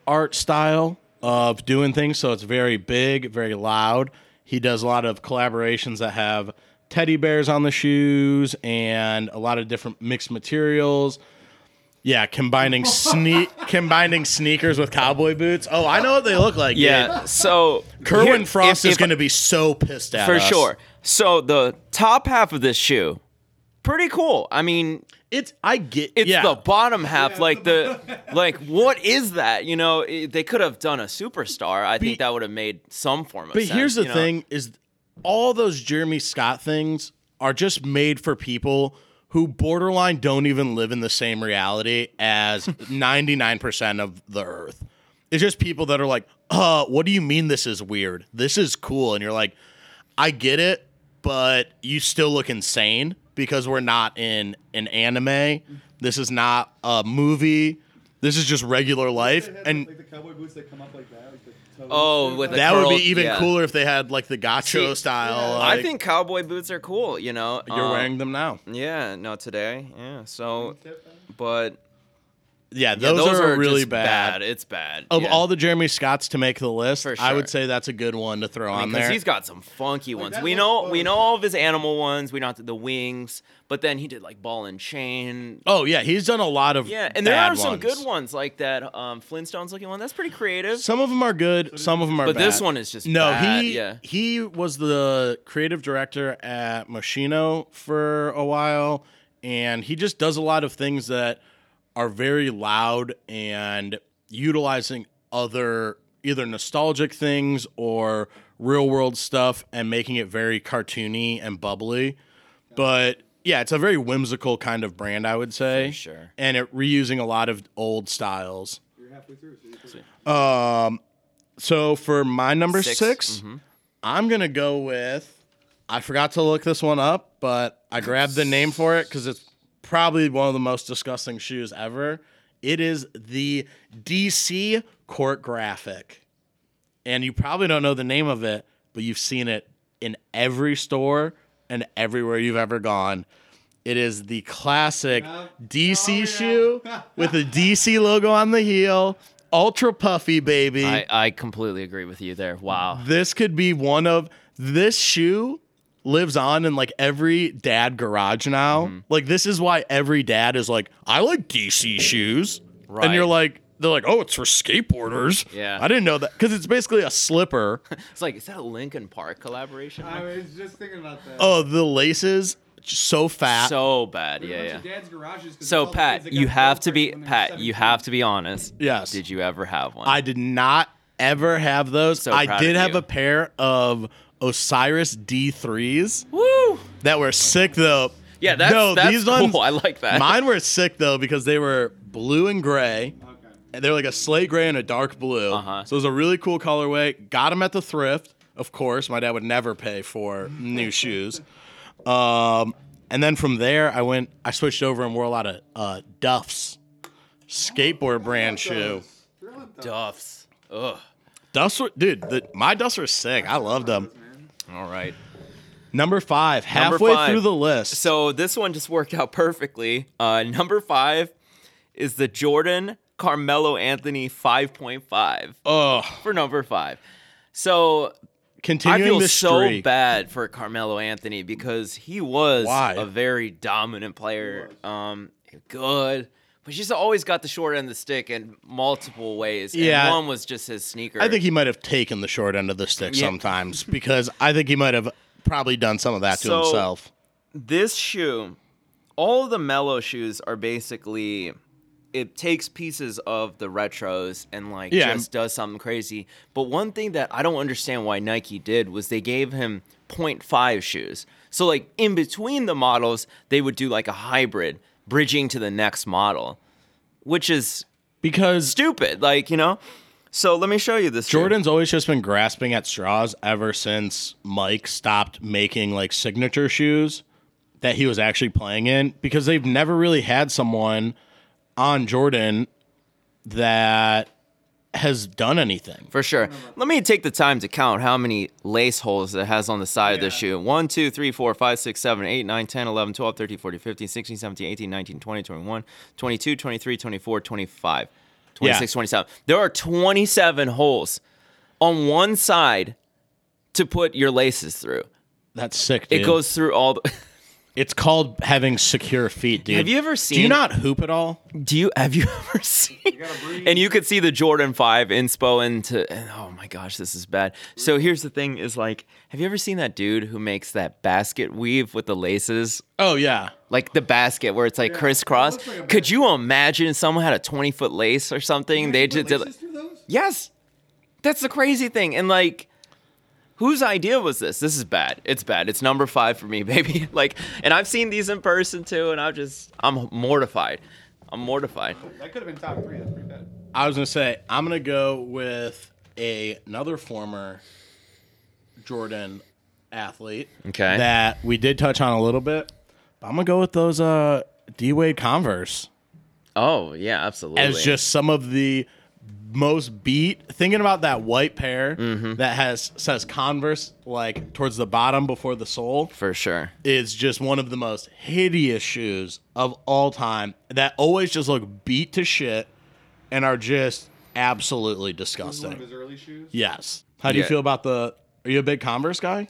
Speaker 1: art style of doing things. So, it's very big, very loud. He does a lot of collaborations that have teddy bears on the shoes and a lot of different mixed materials. Yeah, combining sneak combining sneakers with cowboy boots. Oh, I know what they look like. dude.
Speaker 2: Yeah. So
Speaker 1: Kerwin
Speaker 2: here-
Speaker 1: Frost
Speaker 2: if-
Speaker 1: is
Speaker 2: if-
Speaker 1: going to be so pissed at
Speaker 2: for
Speaker 1: us.
Speaker 2: sure. So the top half of this shoe, pretty cool. I mean,
Speaker 1: It's I get
Speaker 2: it's
Speaker 1: yeah.
Speaker 2: the bottom half, like the like what is that? You know, it, they could have done a superstar. I think that would have made some form of.
Speaker 1: But
Speaker 2: sense,
Speaker 1: here's the
Speaker 2: you know?
Speaker 1: thing: is all those Jeremy Scott things are just made for people who borderline don't even live in the same reality as 99% of the earth. It's just people that are like, "Uh, what do you mean this is weird? This is cool." And you're like, "I get it, but you still look insane because we're not in an anime. This is not a movie. This is just regular life." And
Speaker 4: like the cowboy boots that come up like that, like the toes.
Speaker 2: Oh, with the
Speaker 1: that would
Speaker 2: curled-
Speaker 1: be even
Speaker 2: yeah.
Speaker 1: cooler if they had like the gacho
Speaker 2: See,
Speaker 1: style.
Speaker 2: I
Speaker 1: like-
Speaker 2: think cowboy boots are cool. You know,
Speaker 1: You're
Speaker 2: Um,
Speaker 1: wearing them now.
Speaker 2: Yeah, no, today. Yeah, so, but
Speaker 1: Yeah,
Speaker 2: yeah,
Speaker 1: those, are, really
Speaker 2: just
Speaker 1: bad.
Speaker 2: It's bad.
Speaker 1: Of
Speaker 2: yeah.
Speaker 1: all the Jeremy Scotts to make the list,
Speaker 2: For
Speaker 1: I
Speaker 2: sure.
Speaker 1: would say that's a good one to throw on
Speaker 2: because
Speaker 1: there.
Speaker 2: Um, he's got some funky ones.
Speaker 4: that
Speaker 2: We
Speaker 4: was
Speaker 2: know we
Speaker 4: fun.
Speaker 2: know all of his animal ones. We know the wings, but then he did like ball and chain.
Speaker 1: oh yeah, he's done a lot of
Speaker 2: Yeah, and there
Speaker 1: bad
Speaker 2: are some good
Speaker 1: ones.
Speaker 2: ones like that um, Flintstones looking one. That's pretty creative.
Speaker 1: Some of them are good, some of them are
Speaker 2: but
Speaker 1: bad.
Speaker 2: this one is just
Speaker 1: no,
Speaker 2: bad,
Speaker 1: he
Speaker 2: yeah.
Speaker 1: he was the creative director at Moschino for a while, and he just does a lot of things that are very loud and utilizing other either nostalgic things or real world stuff and making it very cartoony and bubbly. But yeah, it's a very whimsical kind of brand, I would say.
Speaker 2: For sure.
Speaker 1: And it reusing a lot of old styles.
Speaker 4: You're halfway through. So you're
Speaker 1: So for my number 6
Speaker 2: Six. Mm-hmm.
Speaker 1: i I'm gonna go with. I forgot to look this one up, but I grabbed the name for it because it's probably one of the most disgusting shoes ever. It is the DC Court Graphic, and you probably don't know the name of it, but you've seen it in every store and everywhere you've ever gone. It is the classic DC shoe with the DC logo on the heel, ultra puffy, baby
Speaker 2: I, I completely agree with you there. Wow.
Speaker 1: this could be one of this shoe lives on in like every dad garage now.
Speaker 2: Mm-hmm.
Speaker 1: Like this is why every dad is like, I like DC shoes, and you're
Speaker 2: Right.
Speaker 1: like, they're like, oh, it's for skateboarders.
Speaker 2: Yeah.
Speaker 1: I didn't know that because it's basically a slipper.
Speaker 2: It's like, is that a Lincoln Park collaboration?
Speaker 3: I was just thinking about that.
Speaker 1: oh, the laces just so fat.
Speaker 2: so bad.
Speaker 3: We went
Speaker 2: Yeah,
Speaker 3: to
Speaker 2: yeah.
Speaker 3: Dad's garages 'cause
Speaker 2: So
Speaker 3: it's all the kids
Speaker 2: Pat,
Speaker 3: that
Speaker 2: you
Speaker 3: got
Speaker 2: have to
Speaker 3: girlfriends
Speaker 2: be
Speaker 3: when they were
Speaker 2: Pat,
Speaker 3: 17.
Speaker 2: you have to be honest.
Speaker 1: Yes.
Speaker 2: Did you ever have one?
Speaker 1: I did not ever have those.
Speaker 2: So
Speaker 1: I
Speaker 2: proud
Speaker 1: did
Speaker 2: of
Speaker 1: have
Speaker 2: you.
Speaker 1: a pair of Osiris D3s
Speaker 2: Woo!
Speaker 1: that were sick though.
Speaker 2: Yeah, that's,
Speaker 1: no,
Speaker 2: that's
Speaker 1: these
Speaker 2: cool.
Speaker 1: ones
Speaker 2: I like that.
Speaker 1: Mine were sick though because they were blue and gray.
Speaker 3: Okay.
Speaker 1: And they're like a slate gray and a dark blue.
Speaker 2: Uh-huh.
Speaker 1: So it was a really cool colorway. Got them at the thrift. Of course, my dad would never pay for new shoes. Um, and then from there, I went. I switched over and wore a lot of uh, Duffs, skateboard brand shoe.
Speaker 2: Duffs. Ugh.
Speaker 1: Duffs, were, dude. The, my Duffs were sick. I loved them.
Speaker 2: All right.
Speaker 1: Number five,
Speaker 2: Number
Speaker 1: halfway
Speaker 2: five.
Speaker 1: through the list.
Speaker 2: So this one just worked out perfectly. Uh, number five is the Jordan Carmelo Anthony 5.5
Speaker 1: Ugh.
Speaker 2: for number five. So I
Speaker 1: continuing
Speaker 2: feel
Speaker 1: the
Speaker 2: so
Speaker 1: streak.
Speaker 2: bad for Carmelo Anthony because he was
Speaker 1: Why?
Speaker 2: a very dominant player. Um, good. But he's always got the short end of the stick in multiple ways. And
Speaker 1: Yeah.
Speaker 2: one was just his sneaker.
Speaker 1: I think he might have taken the short end of the stick
Speaker 2: Yeah.
Speaker 1: sometimes because I think he might have probably done some of that to
Speaker 2: So-
Speaker 1: himself.
Speaker 2: this shoe, all the mellow shoes are basically it takes pieces of the retros and like
Speaker 1: Yeah,
Speaker 2: just does something crazy. But one thing that I don't understand why Nike did was they gave him 0.5 shoes. So like in between the models, they would do like a hybrid bridging to the next model, which is
Speaker 1: Because
Speaker 2: stupid. Like, you know? So let me show you this. shoe.
Speaker 1: Jordan's always just been grasping at straws ever since Mike stopped making like signature shoes that he was actually playing in because they've never really had someone on Jordan that has done anything.
Speaker 2: For sure. Let me take the time to count how many lace holes it has on the side of the shoe. 1, 2, 3, 4, 5, 6, 7, 8, 9, 10, 11, 12, 13, 14, 15, 16, 17, 18, 19, 20, 21, 22, 23, 24, 25, 26, 27. There are 27 holes on one side to put your laces through.
Speaker 1: That's sick,
Speaker 2: It
Speaker 1: dude.
Speaker 2: goes through all. The,
Speaker 1: It's called having secure feet, dude.
Speaker 2: Have you ever
Speaker 1: Do you
Speaker 2: seen-
Speaker 1: not hoop at all?
Speaker 2: do you have you ever seen?
Speaker 3: gotta breathe.
Speaker 2: And you could see the Jordan Five inspo into. And, oh my gosh, this is bad. So here's the thing: is like, have you ever seen that dude who makes that basket weave with the laces?
Speaker 1: Oh yeah.
Speaker 2: like the basket where it's like
Speaker 3: Yeah, it
Speaker 2: crisscross.
Speaker 3: looks like a
Speaker 2: Could
Speaker 3: basket.
Speaker 2: you imagine someone had a twenty foot lace or something? They just did.
Speaker 3: Laces through those?
Speaker 2: Yes, that's the crazy thing. And like, whose idea was this? This is bad. It's bad. It's number five for me, baby. Like, and I've seen these in person too, and I'm just, I'm mortified. I'm mortified.
Speaker 3: That could have been top three. That's pretty bad.
Speaker 1: I was gonna say I'm gonna go with a, another former Jordan athlete.
Speaker 2: Okay.
Speaker 1: That we did touch on a little bit. But I'm gonna go with those uh D Wade Converse
Speaker 2: Oh yeah, absolutely.
Speaker 1: as just some of the most beat. Thinking about that white pair that has says Converse like towards the bottom before the sole.
Speaker 2: for sure.
Speaker 1: is just one of the most hideous shoes of all time that always just look beat to shit and are just absolutely
Speaker 4: This is one of
Speaker 1: disgusting.
Speaker 4: his early shoes.
Speaker 1: Yes. How do you
Speaker 2: Yeah.
Speaker 1: feel about the? Are you a big Converse guy?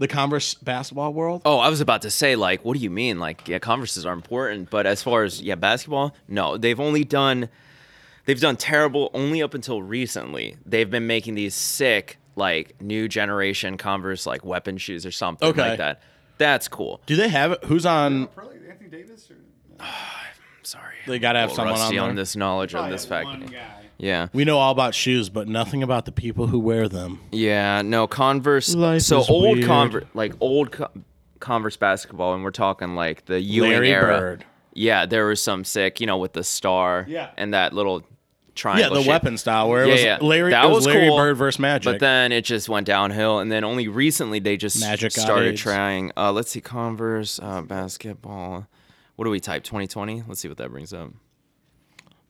Speaker 1: The Converse basketball world.
Speaker 2: Oh, I was about to say, like, what do you mean? Like, yeah, converses are important, but as far as yeah, basketball, no. They've only done, they've done terrible only up until recently. They've been making these sick, like, new generation Converse like weapon shoes or something
Speaker 1: Okay.
Speaker 2: like that. That's cool.
Speaker 1: Do they have it? Who's on?
Speaker 4: Probably Anthony Davis. Or,
Speaker 2: I'm sorry,
Speaker 1: They gotta
Speaker 2: A
Speaker 1: have
Speaker 2: little
Speaker 1: someone on
Speaker 2: rusty
Speaker 1: there.
Speaker 2: on this knowledge on
Speaker 3: Probably
Speaker 2: Oh, this
Speaker 3: that one
Speaker 2: fact.
Speaker 3: guy.
Speaker 2: Yeah,
Speaker 1: We know all about shoes, but nothing about the people who wear them.
Speaker 2: yeah. No Converse.
Speaker 1: Life
Speaker 2: so
Speaker 1: is
Speaker 2: old
Speaker 1: weird.
Speaker 2: Converse, like old Co- Converse basketball, and we're talking like the Ewing
Speaker 1: Larry
Speaker 2: era.
Speaker 1: Bird.
Speaker 2: Yeah, there was some sick, you know, with the star
Speaker 4: Yeah.
Speaker 2: and that little
Speaker 1: Yeah,
Speaker 2: triangle.
Speaker 1: the
Speaker 2: shape.
Speaker 1: weapon style where it
Speaker 2: Yeah,
Speaker 1: was
Speaker 2: yeah.
Speaker 1: Larry.
Speaker 2: That
Speaker 1: it was,
Speaker 2: was
Speaker 1: Larry
Speaker 2: cool,
Speaker 1: Bird versus Magic.
Speaker 2: But then it just went downhill, and then only recently they just
Speaker 1: Magic got
Speaker 2: started
Speaker 1: AIDS.
Speaker 2: trying. Uh, let's see, Converse uh, basketball. What do we type? 2020. Let's see what that brings up.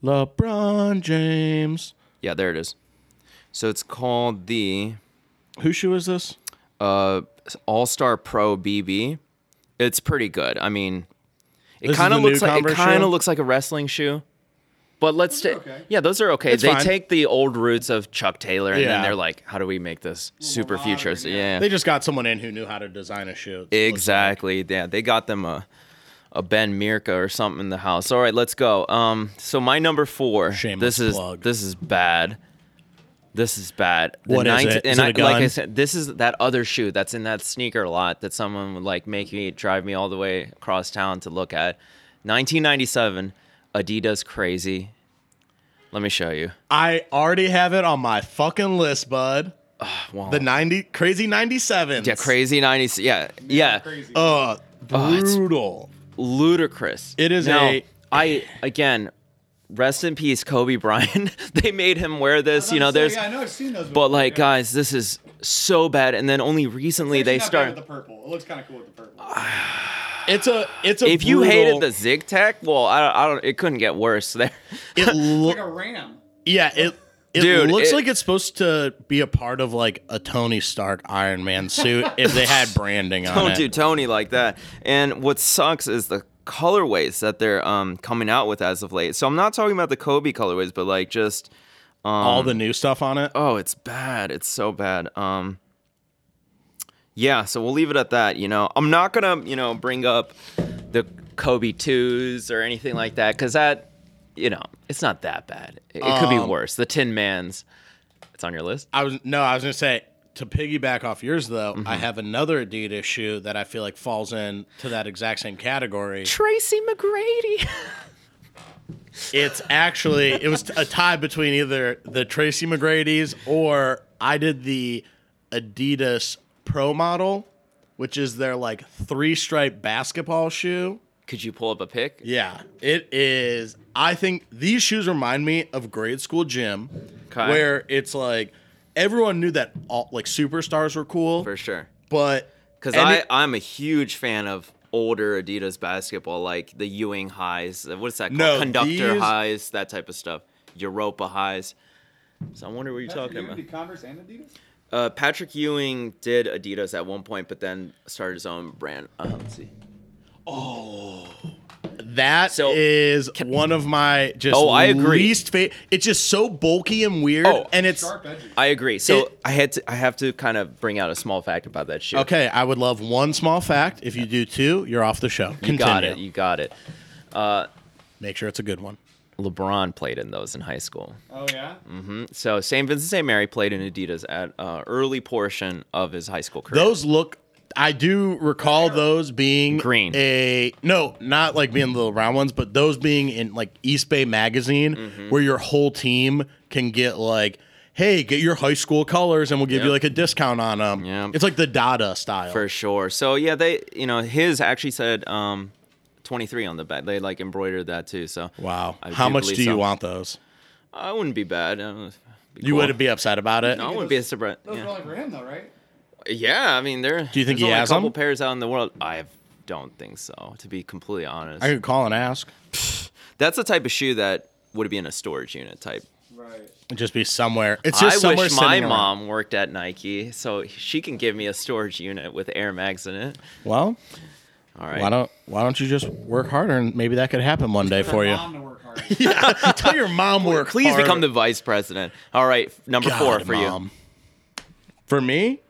Speaker 1: LeBron James.
Speaker 2: Yeah, there it is. So it's called the
Speaker 1: Whose shoe is this?
Speaker 2: uh, All Star Pro BB. It's pretty good. I mean,
Speaker 1: This
Speaker 2: it
Speaker 1: is
Speaker 2: kind
Speaker 1: the
Speaker 2: of
Speaker 1: new
Speaker 2: looks like it
Speaker 1: Converse
Speaker 2: kind
Speaker 1: shoe?
Speaker 2: of looks like a wrestling shoe. But let's take
Speaker 4: okay.
Speaker 2: yeah, those are okay.
Speaker 1: It's
Speaker 2: they
Speaker 1: fine.
Speaker 2: take the old roots of Chuck Taylor and then
Speaker 1: Yeah.
Speaker 2: they're like, how do we make this super
Speaker 4: modern,
Speaker 2: futures?
Speaker 4: yeah.
Speaker 2: Yeah,
Speaker 1: They just got someone in who knew how to design a shoe. It's-
Speaker 2: exactly. Yeah, they got them a a Ben Mirka or something in the house. All right, let's go. Um, so my number four.
Speaker 1: Shameless
Speaker 2: this is
Speaker 1: plug.
Speaker 2: this is bad. This is bad. The
Speaker 1: What is
Speaker 2: 19
Speaker 1: it? Is
Speaker 2: and
Speaker 1: it a
Speaker 2: I, like I
Speaker 1: gun?
Speaker 2: said, this is that other shoe that's in that sneaker lot that someone would like make me drive me all the way across town to look at. 1997, Adidas Crazy. Let me show you.
Speaker 1: I already have it on my fucking list, bud.
Speaker 2: Wow.
Speaker 1: The ninety crazy ninety seven.
Speaker 2: yeah, crazy 90s. Yeah, yeah.
Speaker 3: Crazy.
Speaker 1: Uh,
Speaker 2: Oh, it's-
Speaker 1: brutal.
Speaker 2: ludicrous.
Speaker 1: It is
Speaker 2: now,
Speaker 1: a-
Speaker 2: I again, rest in peace, Kobe Bryant. they made him wear this. You know, there's.
Speaker 4: Yeah, I know. I've seen those.
Speaker 2: But like, guys, this is so bad. And then only recently they
Speaker 3: Actually, not bad
Speaker 2: start. Uh,
Speaker 3: with the purple. It looks kind of cool with the purple.
Speaker 1: It's a it's a.
Speaker 2: If you
Speaker 1: brutal-
Speaker 2: hated the zig tac, well, I, I don't. It couldn't get worse. There.
Speaker 1: it lo-
Speaker 3: It's like a ram.
Speaker 1: yeah it. It
Speaker 2: Dude,
Speaker 1: looks
Speaker 2: it-
Speaker 1: like it's supposed to be a part of like a Tony Stark Iron Man suit if they had branding on
Speaker 2: Don't
Speaker 1: it.
Speaker 2: do Tony like that. And what sucks is the colorways that they're um, coming out with as of late. So I'm not talking about the Kobe colorways, but like just um,
Speaker 1: All the new stuff on it.
Speaker 2: Oh, it's bad. It's so bad. Um Yeah, so we'll leave it at that, you know. I'm not going to, you know, bring up the Kobe 2s or anything like that cuz that, you know, it's not that bad. It, it could be
Speaker 1: Um,
Speaker 2: worse. The Tin Man's It's on your list?
Speaker 1: I was no, I was gonna say to piggyback off yours though. I
Speaker 2: Mm-hmm.
Speaker 1: have another Adidas shoe that I feel like falls in to that exact same category.
Speaker 2: Tracy McGrady.
Speaker 1: It's actually it was a tie between either the Tracy McGrady's or I did the Adidas Pro Model, which is their like three stripe basketball shoe.
Speaker 2: could you pull up a pic?
Speaker 1: Yeah, it is. I think these shoes remind me of grade school gym,
Speaker 2: 'Kay.
Speaker 1: where it's like everyone knew that all like superstars were cool,
Speaker 2: For sure.
Speaker 1: but
Speaker 2: Because
Speaker 1: any-
Speaker 2: I I'm a huge fan of older Adidas basketball, like the Ewing highs. uh, What's that called?
Speaker 1: No,
Speaker 2: Conductor
Speaker 1: these-
Speaker 2: highs, that type of stuff. Europa highs. So I wonder what you're
Speaker 4: You're
Speaker 2: talking about.
Speaker 4: Converse and Adidas.
Speaker 2: Uh, Patrick Ewing did Um, Adidas at one point, but then started his own brand. Uh, let's see.
Speaker 1: oh, That is
Speaker 2: So-
Speaker 1: one of my just
Speaker 2: Oh, I agree.
Speaker 1: least favorite. It's just so bulky and weird,
Speaker 2: Oh,
Speaker 1: and it's
Speaker 4: Sharp edges.
Speaker 2: I agree. So
Speaker 1: It-
Speaker 2: I had to. I have to kind of bring out a small fact about that shoe.
Speaker 1: okay. I would love one small fact. If you do two, you're off the show. Continue.
Speaker 2: you got it. You got it.
Speaker 1: Make sure it's a good one.
Speaker 2: LeBron played in those in high school.
Speaker 4: Oh yeah.
Speaker 2: Mm-hmm. So St. Vincent St. Mary played in Adidas at uh, early portion of his high school career.
Speaker 1: Those look. I do recall those being
Speaker 2: Green.
Speaker 1: A no, not like being the little round ones, but those being in like East Bay magazine,
Speaker 2: Mm-hmm.
Speaker 1: where your whole team can get like, hey, get your high school colors, and we'll give you
Speaker 2: Yep.
Speaker 1: like a discount on them.
Speaker 2: Yep.
Speaker 1: It's like the Dada style.
Speaker 2: for sure. So yeah, they you know his actually said um, 23 on the back. They like embroidered that too. So
Speaker 1: Wow.
Speaker 2: I
Speaker 1: How
Speaker 2: do
Speaker 1: much
Speaker 2: believe
Speaker 1: do you
Speaker 2: so.
Speaker 1: want those?
Speaker 2: I wouldn't be bad. I would be
Speaker 1: You
Speaker 2: cool.
Speaker 1: wouldn't be upset about it.
Speaker 2: No, I
Speaker 4: Yeah,
Speaker 2: wouldn't be a
Speaker 4: those-
Speaker 2: surprise.
Speaker 4: Those
Speaker 2: yeah.
Speaker 4: were only for him though, right?
Speaker 2: Yeah, I mean, there.
Speaker 1: Do you think
Speaker 2: there's
Speaker 1: he
Speaker 2: only
Speaker 1: has
Speaker 2: a couple
Speaker 1: 'em?
Speaker 2: pairs out in the world? I don't think so. To be completely honest,
Speaker 1: I could call and ask.
Speaker 2: that's the type of shoe that would be in a storage unit type.
Speaker 4: Right.
Speaker 1: It'd just be somewhere. It's just
Speaker 2: I
Speaker 1: somewhere
Speaker 2: wish my
Speaker 1: sitting around.
Speaker 2: mom worked at Nike, so she can give me a storage unit with Air Mags in it.
Speaker 1: Well,
Speaker 2: All right.
Speaker 1: why don't why don't you just work harder and maybe that could happen one day for you.
Speaker 3: Mom to work hard.
Speaker 1: yeah, tell your mom work.
Speaker 2: Please
Speaker 1: harder.
Speaker 2: become the vice president. All right, number four
Speaker 1: God,
Speaker 2: for you.
Speaker 1: Mom. For me,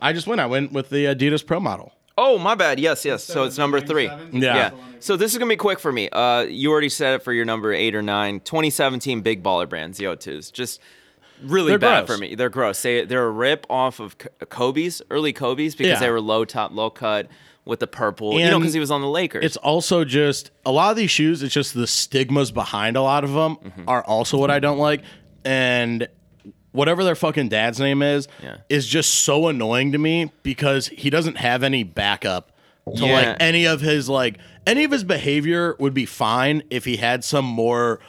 Speaker 1: I just went. I went with the Adidas Pro model.
Speaker 2: Oh, my bad. Yes, yes. So it's number three.
Speaker 4: 97?
Speaker 1: Yeah.
Speaker 2: Yeah.
Speaker 4: That's the one I-
Speaker 2: So this is gonna be quick for me. Uh, you already said it for your number eight or nine. 2017 big baller brands, the O2s, just really
Speaker 1: They're
Speaker 2: bad
Speaker 1: gross.
Speaker 2: for me. They're gross. They they're a rip off of K- Kobe's, early Kobe's, because
Speaker 1: Yeah.
Speaker 2: they were low top, low cut with the purple. you know,
Speaker 1: And
Speaker 2: because he was on the Lakers.
Speaker 1: It's also just a lot of these shoes. It's just the stigmas behind a lot of them
Speaker 2: Mm-hmm.
Speaker 1: are also what I don't like, and whatever their fucking dad's name is
Speaker 2: Yeah.
Speaker 1: is just so annoying to me because he doesn't have any backup to
Speaker 2: Yeah.
Speaker 1: like any of his like any of his behavior would be fine if he had some more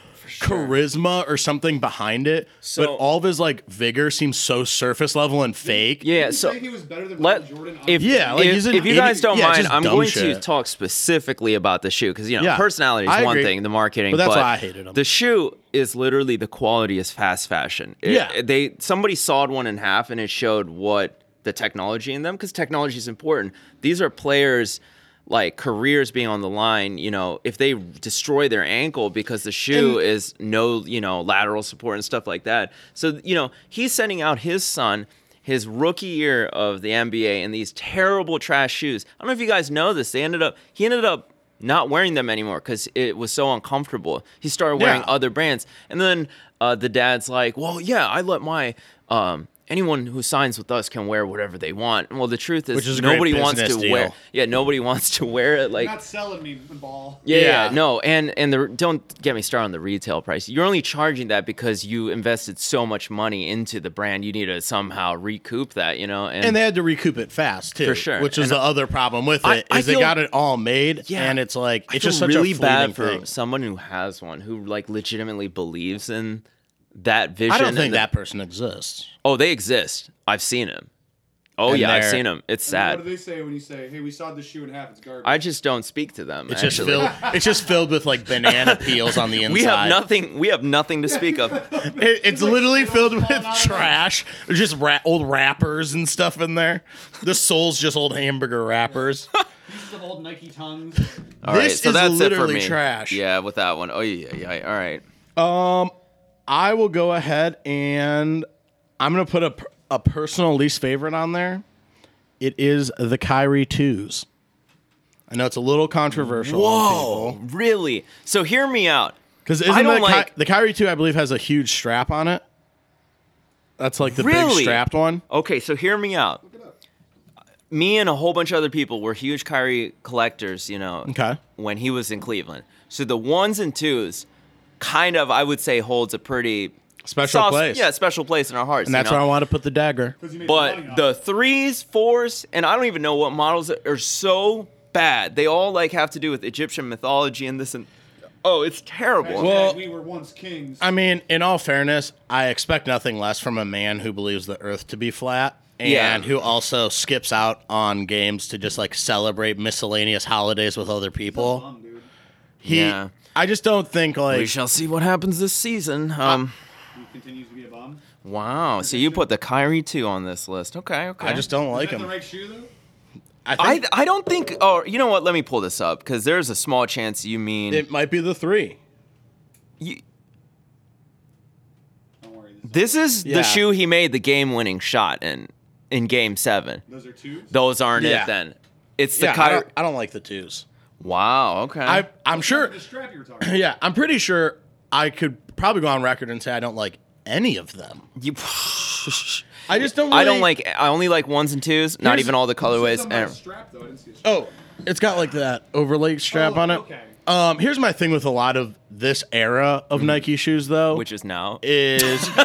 Speaker 1: charisma or something behind it but
Speaker 2: So-
Speaker 1: all of his like vigor seems so surface level and fake
Speaker 2: yeah.
Speaker 4: Did you
Speaker 2: So
Speaker 4: say he was better than
Speaker 2: let
Speaker 4: Michael Jordan.
Speaker 2: if
Speaker 1: Yeah, like,
Speaker 2: if,
Speaker 1: he's an
Speaker 2: if you
Speaker 1: idiot.
Speaker 2: guys don't
Speaker 1: Yeah, it's
Speaker 2: mind,
Speaker 1: just
Speaker 2: I'm
Speaker 1: dumb
Speaker 2: going to
Speaker 1: shit.
Speaker 2: talk specifically about the shoe because you know
Speaker 1: Yeah,
Speaker 2: personality is
Speaker 1: I
Speaker 2: one
Speaker 1: agree.
Speaker 2: thing, the marketing.
Speaker 1: But that's why I hated 'em.
Speaker 2: The shoe is literally the quality is fast fashion. It-
Speaker 1: Yeah.
Speaker 2: they somebody sawed one in half and it showed what the technology in them because technology is important. These are players. Like careers being on the line, you know, if they destroy their ankle because the shoe is no, you know, lateral support and stuff like that. So, you know, he's sending out his son his rookie year of the NBA in these terrible trash shoes. I don't know if you guys know this. They ended up he ended up not wearing them anymore because it was so uncomfortable. He started wearing
Speaker 1: Yeah.
Speaker 2: other brands, and then uh, the dad's like, "Well, yeah, I let my um, anyone who signs with us can wear whatever they want." Well, the truth is,
Speaker 1: Which is a great
Speaker 2: nobody wants to
Speaker 1: business deal.
Speaker 2: wear. Yeah, nobody wants to wear it. Like
Speaker 4: You're not selling me the ball.
Speaker 2: yeah, yeah,
Speaker 1: Yeah.
Speaker 2: no, and and the don't get me started on the retail price. You're only charging that because you invested so much money into the brand. You need to somehow recoup that, you know. And,
Speaker 1: and they had to recoup it fast too,
Speaker 2: For sure.
Speaker 1: Which is
Speaker 2: And
Speaker 1: the other problem with it
Speaker 2: I-
Speaker 1: is
Speaker 2: I
Speaker 1: they
Speaker 2: feel-
Speaker 1: got it all made,
Speaker 2: Yeah.
Speaker 1: and it's like
Speaker 2: I
Speaker 1: it's just
Speaker 2: feel
Speaker 1: such
Speaker 2: really
Speaker 1: a fleeting
Speaker 2: bad for
Speaker 1: thing.
Speaker 2: someone who has one who like legitimately believes in that vision.
Speaker 1: I don't
Speaker 2: and
Speaker 1: think
Speaker 2: the-
Speaker 1: that person exists.
Speaker 2: Oh, they exist. I've seen them. Oh
Speaker 1: And
Speaker 2: yeah, I've
Speaker 1: they're-
Speaker 2: seen them. It's sad.
Speaker 4: What do they say when you say, "Hey, we sawed the shoe in half. It's garbage."
Speaker 2: I just don't speak to them.
Speaker 1: It's just
Speaker 2: actually.
Speaker 1: filled. It's just filled with like banana peels on the inside.
Speaker 2: we have nothing. We have nothing to speak of.
Speaker 1: It- it's literally filled with
Speaker 4: falling out of it.
Speaker 1: trash. There's just ra- old wrappers and stuff in there. The soul's just old hamburger wrappers.
Speaker 3: Pieces of old Nike tongues.
Speaker 2: All right,
Speaker 1: This
Speaker 2: so
Speaker 1: is
Speaker 2: that's
Speaker 1: literally
Speaker 2: it for me.
Speaker 1: trash.
Speaker 2: Yeah, with that one. Oh yeah, yeah. yeah. All right.
Speaker 1: I will go ahead and I'm gonna put a per- a personal least favorite on there. It is the Kyrie twos. I know it's a little controversial.
Speaker 2: Whoa, really? So hear me out.
Speaker 1: because isn't
Speaker 2: I don't
Speaker 1: that Ky-
Speaker 2: like-
Speaker 1: the Kyrie two? I believe has a huge strap on it. That's like the big
Speaker 2: Really?
Speaker 1: strapped one.
Speaker 2: Okay, so hear me out. Me and a whole bunch of other people were huge Kyrie collectors, you know,
Speaker 1: Okay.
Speaker 2: when he was in Cleveland. So the ones and twos kind of, I would say, holds a pretty
Speaker 1: Special place.
Speaker 2: Yeah, special place in our hearts.
Speaker 1: And that's
Speaker 2: you
Speaker 1: where I
Speaker 2: know?
Speaker 1: want to put the dagger.
Speaker 4: 'Cause you made money
Speaker 2: But
Speaker 4: off
Speaker 2: the
Speaker 4: it.
Speaker 2: threes, fours, and I don't even know what models are so bad. They all like have to do with Egyptian mythology and this and oh, it's terrible.
Speaker 4: Hashtag
Speaker 1: Well-
Speaker 4: we were once kings.
Speaker 1: I mean, in all fairness, I expect nothing less from a man who believes the earth to be flat and
Speaker 2: Yeah.
Speaker 1: who also skips out on games to just like celebrate miscellaneous holidays with other people.
Speaker 4: Bum, dude.
Speaker 1: He,
Speaker 2: Yeah.
Speaker 1: I just don't think like
Speaker 2: we shall see what happens this season. Um,
Speaker 4: He continues to be a bum.
Speaker 2: Wow. So you put the Kyrie 2 on this list. Okay, okay.
Speaker 1: I just don't
Speaker 4: Is
Speaker 1: like
Speaker 4: that
Speaker 1: him.
Speaker 4: the right shoe though?
Speaker 1: I
Speaker 2: I,
Speaker 1: think
Speaker 2: I don't think. Oh, you know what? Let me pull this up because there's a small chance you mean.
Speaker 1: it might be the three.
Speaker 2: you,
Speaker 4: Don't worry. This
Speaker 2: this is
Speaker 1: Yeah.
Speaker 2: the shoe he made the game-winning shot in in Game Seven.
Speaker 4: those are two.
Speaker 2: Those aren't
Speaker 1: Yeah.
Speaker 2: it then. It's the
Speaker 1: Yeah, I,
Speaker 2: Kyrie.
Speaker 1: don't, I don't like the twos.
Speaker 2: Wow. Okay.
Speaker 1: I I'm sure.
Speaker 4: The strap you were talking. about.
Speaker 1: Yeah, I'm pretty sure I could probably go on record and say I don't like any of them.
Speaker 2: You-
Speaker 1: I just don't. Really,
Speaker 2: I don't like. I only like ones and twos. Not
Speaker 1: Here's-
Speaker 2: even all the
Speaker 4: This
Speaker 2: colorways.
Speaker 4: is on my
Speaker 2: And-
Speaker 4: strap though. I didn't see a strap.
Speaker 1: Oh, it's got like that overlay strap
Speaker 4: Oh,
Speaker 1: on it.
Speaker 4: okay.
Speaker 1: Um, here's my thing with a lot of this era of
Speaker 4: Mm-hmm.
Speaker 1: Nike shoes, though,
Speaker 2: which is now.
Speaker 1: is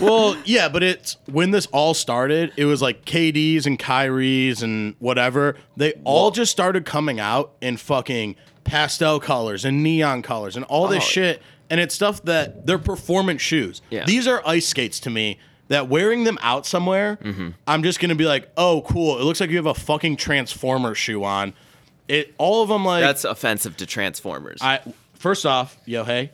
Speaker 1: well, yeah, but it's when this all started, it was like KD's and Kyrie's and whatever. They all just started coming out in fucking pastel colors and neon colors and all this
Speaker 2: Oh.
Speaker 1: shit. And it's stuff that they're performance shoes.
Speaker 2: Yeah.
Speaker 1: These are ice skates to me. That wearing them out somewhere,
Speaker 2: Mm-hmm.
Speaker 1: I'm just gonna be like, oh, cool. It looks like you have a fucking transformer shoe on. It all of them like
Speaker 2: That's offensive to Transformers.
Speaker 1: I first off, yo, hey,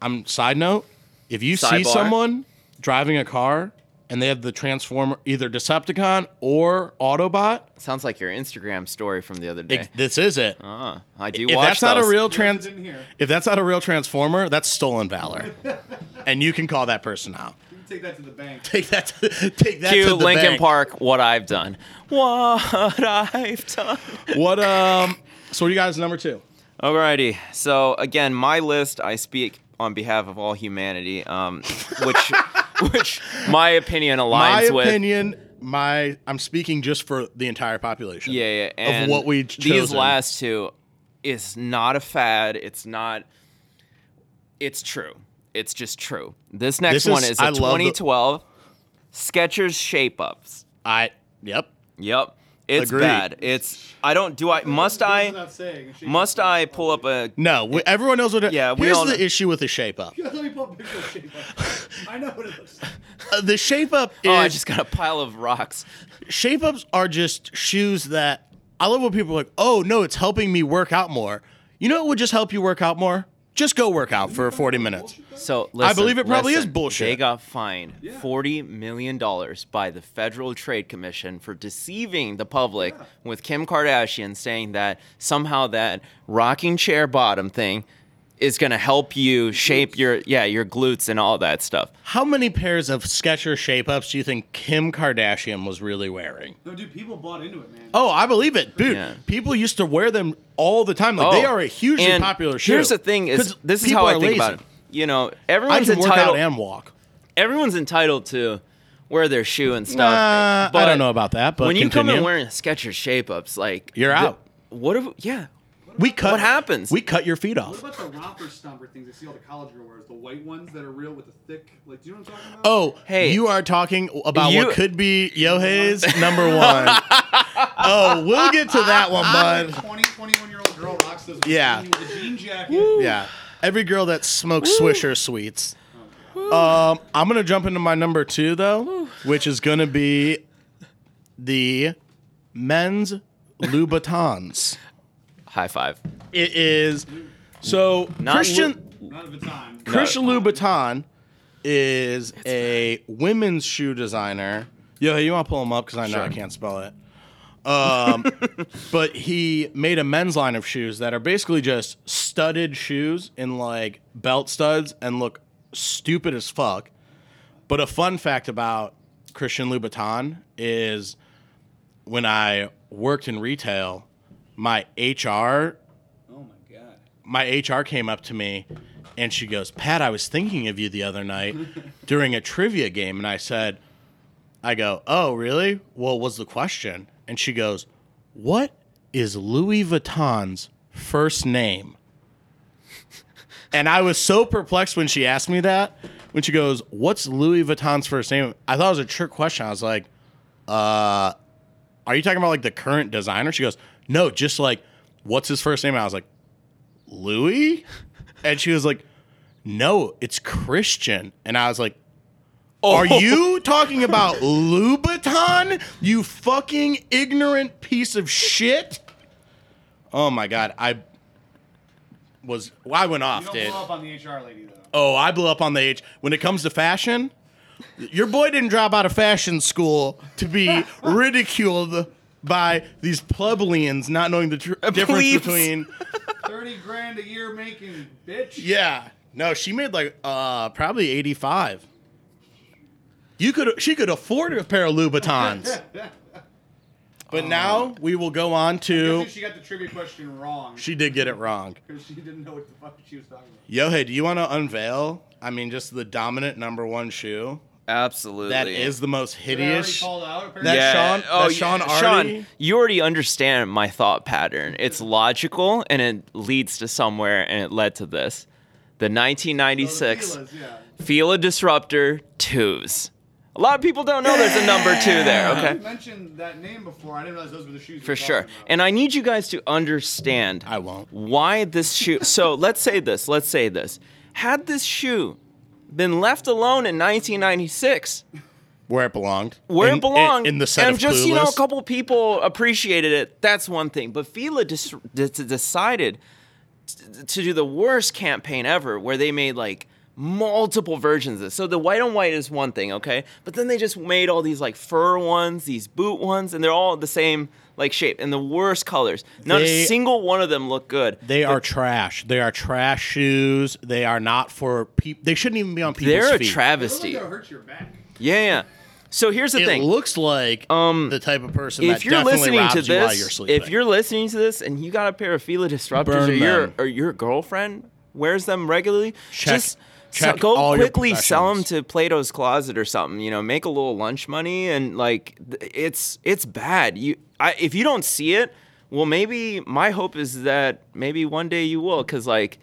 Speaker 1: I'm side note. If you see
Speaker 2: Sidebar.
Speaker 1: someone driving a car and they have the transformer, either Decepticon or Autobot,
Speaker 2: Sounds like your Instagram story from the other day.
Speaker 1: it, this is it.
Speaker 2: Ah, I do
Speaker 1: If
Speaker 2: watch
Speaker 1: that's not a
Speaker 2: those.
Speaker 1: real
Speaker 4: Trans
Speaker 1: trans,
Speaker 4: in here.
Speaker 1: if that's not a real transformer, that's stolen valor, and you can call that person out.
Speaker 4: You can take that to the bank.
Speaker 1: Take that, to, take that
Speaker 2: Cue
Speaker 1: to the
Speaker 2: Lincoln
Speaker 1: bank.
Speaker 2: Park. What I've done. What I've done.
Speaker 1: What um? So what do you guys number two?
Speaker 2: Alrighty. So again, my list. I speak on behalf of all humanity. Um, which, which my opinion
Speaker 1: My
Speaker 2: aligns with.
Speaker 1: opinion, my I'm speaking just for the entire population.
Speaker 2: Yeah, yeah. And
Speaker 1: of what we
Speaker 2: these last two, it's not a fad. It's not. It's true. It's just true. This next
Speaker 1: This
Speaker 2: one
Speaker 1: is-
Speaker 2: is a
Speaker 1: I love the-
Speaker 2: 2012 Skechers Shape Ups.
Speaker 1: I yep.
Speaker 2: Yep, it's
Speaker 1: Agreed.
Speaker 2: bad. It's I don't do I must
Speaker 4: This is
Speaker 2: I
Speaker 4: not saying. She-
Speaker 2: must I pull up a
Speaker 1: No, we, everyone knows what. It,
Speaker 2: Yeah, we
Speaker 1: here's
Speaker 2: all
Speaker 1: the
Speaker 2: know.
Speaker 1: issue with the shape up.
Speaker 4: Let me pull a picture of shape up. I know what it looks like.
Speaker 1: Uh, the shape up is
Speaker 2: oh I just got a pile of rocks.
Speaker 1: shape ups are just shoes that I love when people are like, oh no, it's helping me work out more. You know what would just help you work out more? Just go work out for 40 minutes.
Speaker 2: So listen,
Speaker 1: believe it probably is
Speaker 2: listen,
Speaker 1: bullshit.
Speaker 2: They got fined forty million dollars by the Federal Trade Commission for deceiving the public with Kim Kardashian saying that somehow that rocking chair bottom thing is gonna help you shape your yeah your glutes and all that stuff.
Speaker 1: How many pairs of Skechers shape ups do you think Kim Kardashian was really wearing?
Speaker 4: No, dude, people bought into it, man.
Speaker 1: Oh, I believe it, dude.
Speaker 2: Yeah.
Speaker 1: People used to wear them all the time. Like they
Speaker 2: Oh,
Speaker 1: are a hugely
Speaker 2: and
Speaker 1: popular shoe.
Speaker 2: Here's the thing:
Speaker 1: 'Cause
Speaker 2: is this is
Speaker 1: people
Speaker 2: how I
Speaker 1: are
Speaker 2: think about it.
Speaker 1: lazy.
Speaker 2: You know,
Speaker 1: I
Speaker 2: everyone's
Speaker 1: can work out
Speaker 2: entitled.
Speaker 1: and walk.
Speaker 2: everyone's entitled to wear their shoe and stuff.
Speaker 1: Nah, Uh, I
Speaker 2: but
Speaker 1: don't know about that, but
Speaker 2: when you come in
Speaker 1: continue.
Speaker 2: wearing Skechers shape ups, like
Speaker 1: You're
Speaker 2: the-
Speaker 1: out.
Speaker 2: What if? Yeah,
Speaker 1: We cut.
Speaker 2: What happens?
Speaker 1: We cut your feet
Speaker 4: What
Speaker 1: off.
Speaker 4: about the romper stomper things I see all the college girl wears? The white ones that are real with the thick, like, do you know what I'm talking about?
Speaker 1: Oh,
Speaker 2: Hey.
Speaker 1: you are talking about
Speaker 2: You-
Speaker 1: what could be Yohei's number one. oh, we'll get to that one,
Speaker 4: Like,
Speaker 1: bud.
Speaker 4: 20, 21 year old girl rocks those.
Speaker 1: Yeah.
Speaker 4: jean- With a jean jacket.
Speaker 1: Yeah, every girl that smokes Swisher sweets. Um, I'm gonna jump into my number two though, which is gonna be the men's Louboutins.
Speaker 2: high five.
Speaker 1: It is so
Speaker 2: Not
Speaker 1: Christian
Speaker 4: Not of a time.
Speaker 1: Christian Louboutin is a women's shoe designer. Yo, hey, you want to pull him up because I know I
Speaker 2: Sure.
Speaker 1: can't spell it. Um, but he made a men's line of shoes that are basically just studded shoes in like belt studs and look stupid as fuck. But a fun fact about Christian Louboutin is when I worked in retail, my HR
Speaker 4: Oh my god.
Speaker 1: my HR came up to me and she goes, Pat, I was thinking of you the other night during a trivia game. And I said, I go, oh, really? Well, was the question? And she goes, what is Louis Vuitton's first name? And I was so perplexed when she asked me that. When she goes, what's Louis Vuitton's first name? I thought it was a trick question. I was like, uh, are you talking about like the current designer? She goes, no, just like, what's his first name? And I was like, Louis? And she was like, No, it's Christian. And I was like, Are you talking about Louboutin? You fucking ignorant piece of shit. Oh my God. I was, well, I went
Speaker 4: You
Speaker 1: off,
Speaker 4: don't
Speaker 1: dude.
Speaker 4: blow up on the HR lady though.
Speaker 1: Oh, I blew up on the H. When it comes to fashion, your boy didn't drop out of fashion school to be ridiculed by these plebeians not knowing the tr- difference
Speaker 2: plebes.
Speaker 1: between.
Speaker 4: Thirty grand a year making, bitch.
Speaker 1: Yeah. No, she made like uh probably 85. You could she could afford a pair of Louboutins. But now we will go on to
Speaker 4: Oh. Guess she got the trivia question wrong
Speaker 1: she did get it wrong.
Speaker 4: because she didn't know what the fuck she was talking about.
Speaker 1: Yohei, do you want to unveil? I mean, just the dominant number one shoe
Speaker 2: Absolutely.
Speaker 1: that is the most
Speaker 4: Did I already
Speaker 1: hideous.
Speaker 4: called out. Apparently.
Speaker 1: That
Speaker 2: yeah.
Speaker 1: Sean-
Speaker 2: oh,
Speaker 1: that Sean
Speaker 2: yeah.
Speaker 1: Arty?
Speaker 2: Sean, you already understand my thought pattern. It's logical and it leads to somewhere, and it led to this. The
Speaker 4: Oh, the
Speaker 2: 1996
Speaker 4: Fila's, yeah.
Speaker 2: Fila Disruptor 2s. A lot of people don't know there's a number 2 there,
Speaker 4: You
Speaker 2: okay?
Speaker 4: mentioned that name before. I didn't realize those were the shoes. we
Speaker 2: For
Speaker 4: were
Speaker 2: sure.
Speaker 4: talking about.
Speaker 2: And I need you guys to understand
Speaker 1: I won't.
Speaker 2: why this shoe. So let's say this. Let's say this. Had this shoe been left alone in 1996,
Speaker 1: Where it belonged.
Speaker 2: where
Speaker 1: In-
Speaker 2: it belonged,
Speaker 1: In, in the set
Speaker 2: and
Speaker 1: of
Speaker 2: just you know, a
Speaker 1: Clueless.
Speaker 2: couple people appreciated it. That's one thing. But Fila dis- dis- decided t- to do the worst campaign ever, where they made like multiple versions of it. So the white on white is one thing, okay? But then they just made all these like fur ones, these boot ones, and they're all the same like shape and the worst colors. Not
Speaker 1: They-
Speaker 2: a single one of them look good.
Speaker 1: They are trash. They are trash shoes. They are not for people. They shouldn't even be on people's
Speaker 2: They're a
Speaker 1: feet.
Speaker 4: They look like
Speaker 2: travesty.
Speaker 4: they'll
Speaker 2: Yeah,
Speaker 4: hurt your back.
Speaker 2: yeah. So here's the
Speaker 1: it
Speaker 2: thing.
Speaker 1: looks like
Speaker 2: Um,
Speaker 1: the type of person
Speaker 2: if
Speaker 1: that
Speaker 2: you're
Speaker 1: definitely
Speaker 2: listening
Speaker 1: robs
Speaker 2: to
Speaker 1: you while you're
Speaker 2: this,
Speaker 1: sleeping.
Speaker 2: if you're listening to this and you got a pair of Fila Disruptors
Speaker 1: Burn
Speaker 2: or your
Speaker 1: them.
Speaker 2: or your girlfriend wears them regularly,
Speaker 1: Check-
Speaker 2: just so-
Speaker 1: check
Speaker 2: go
Speaker 1: all your
Speaker 2: quickly sell them
Speaker 1: possessions.
Speaker 2: to Plato's Closet or something. You know, make a little lunch money and like th- it's it's bad. You I, if you don't see it, well, maybe my hope is that maybe one day you will, because like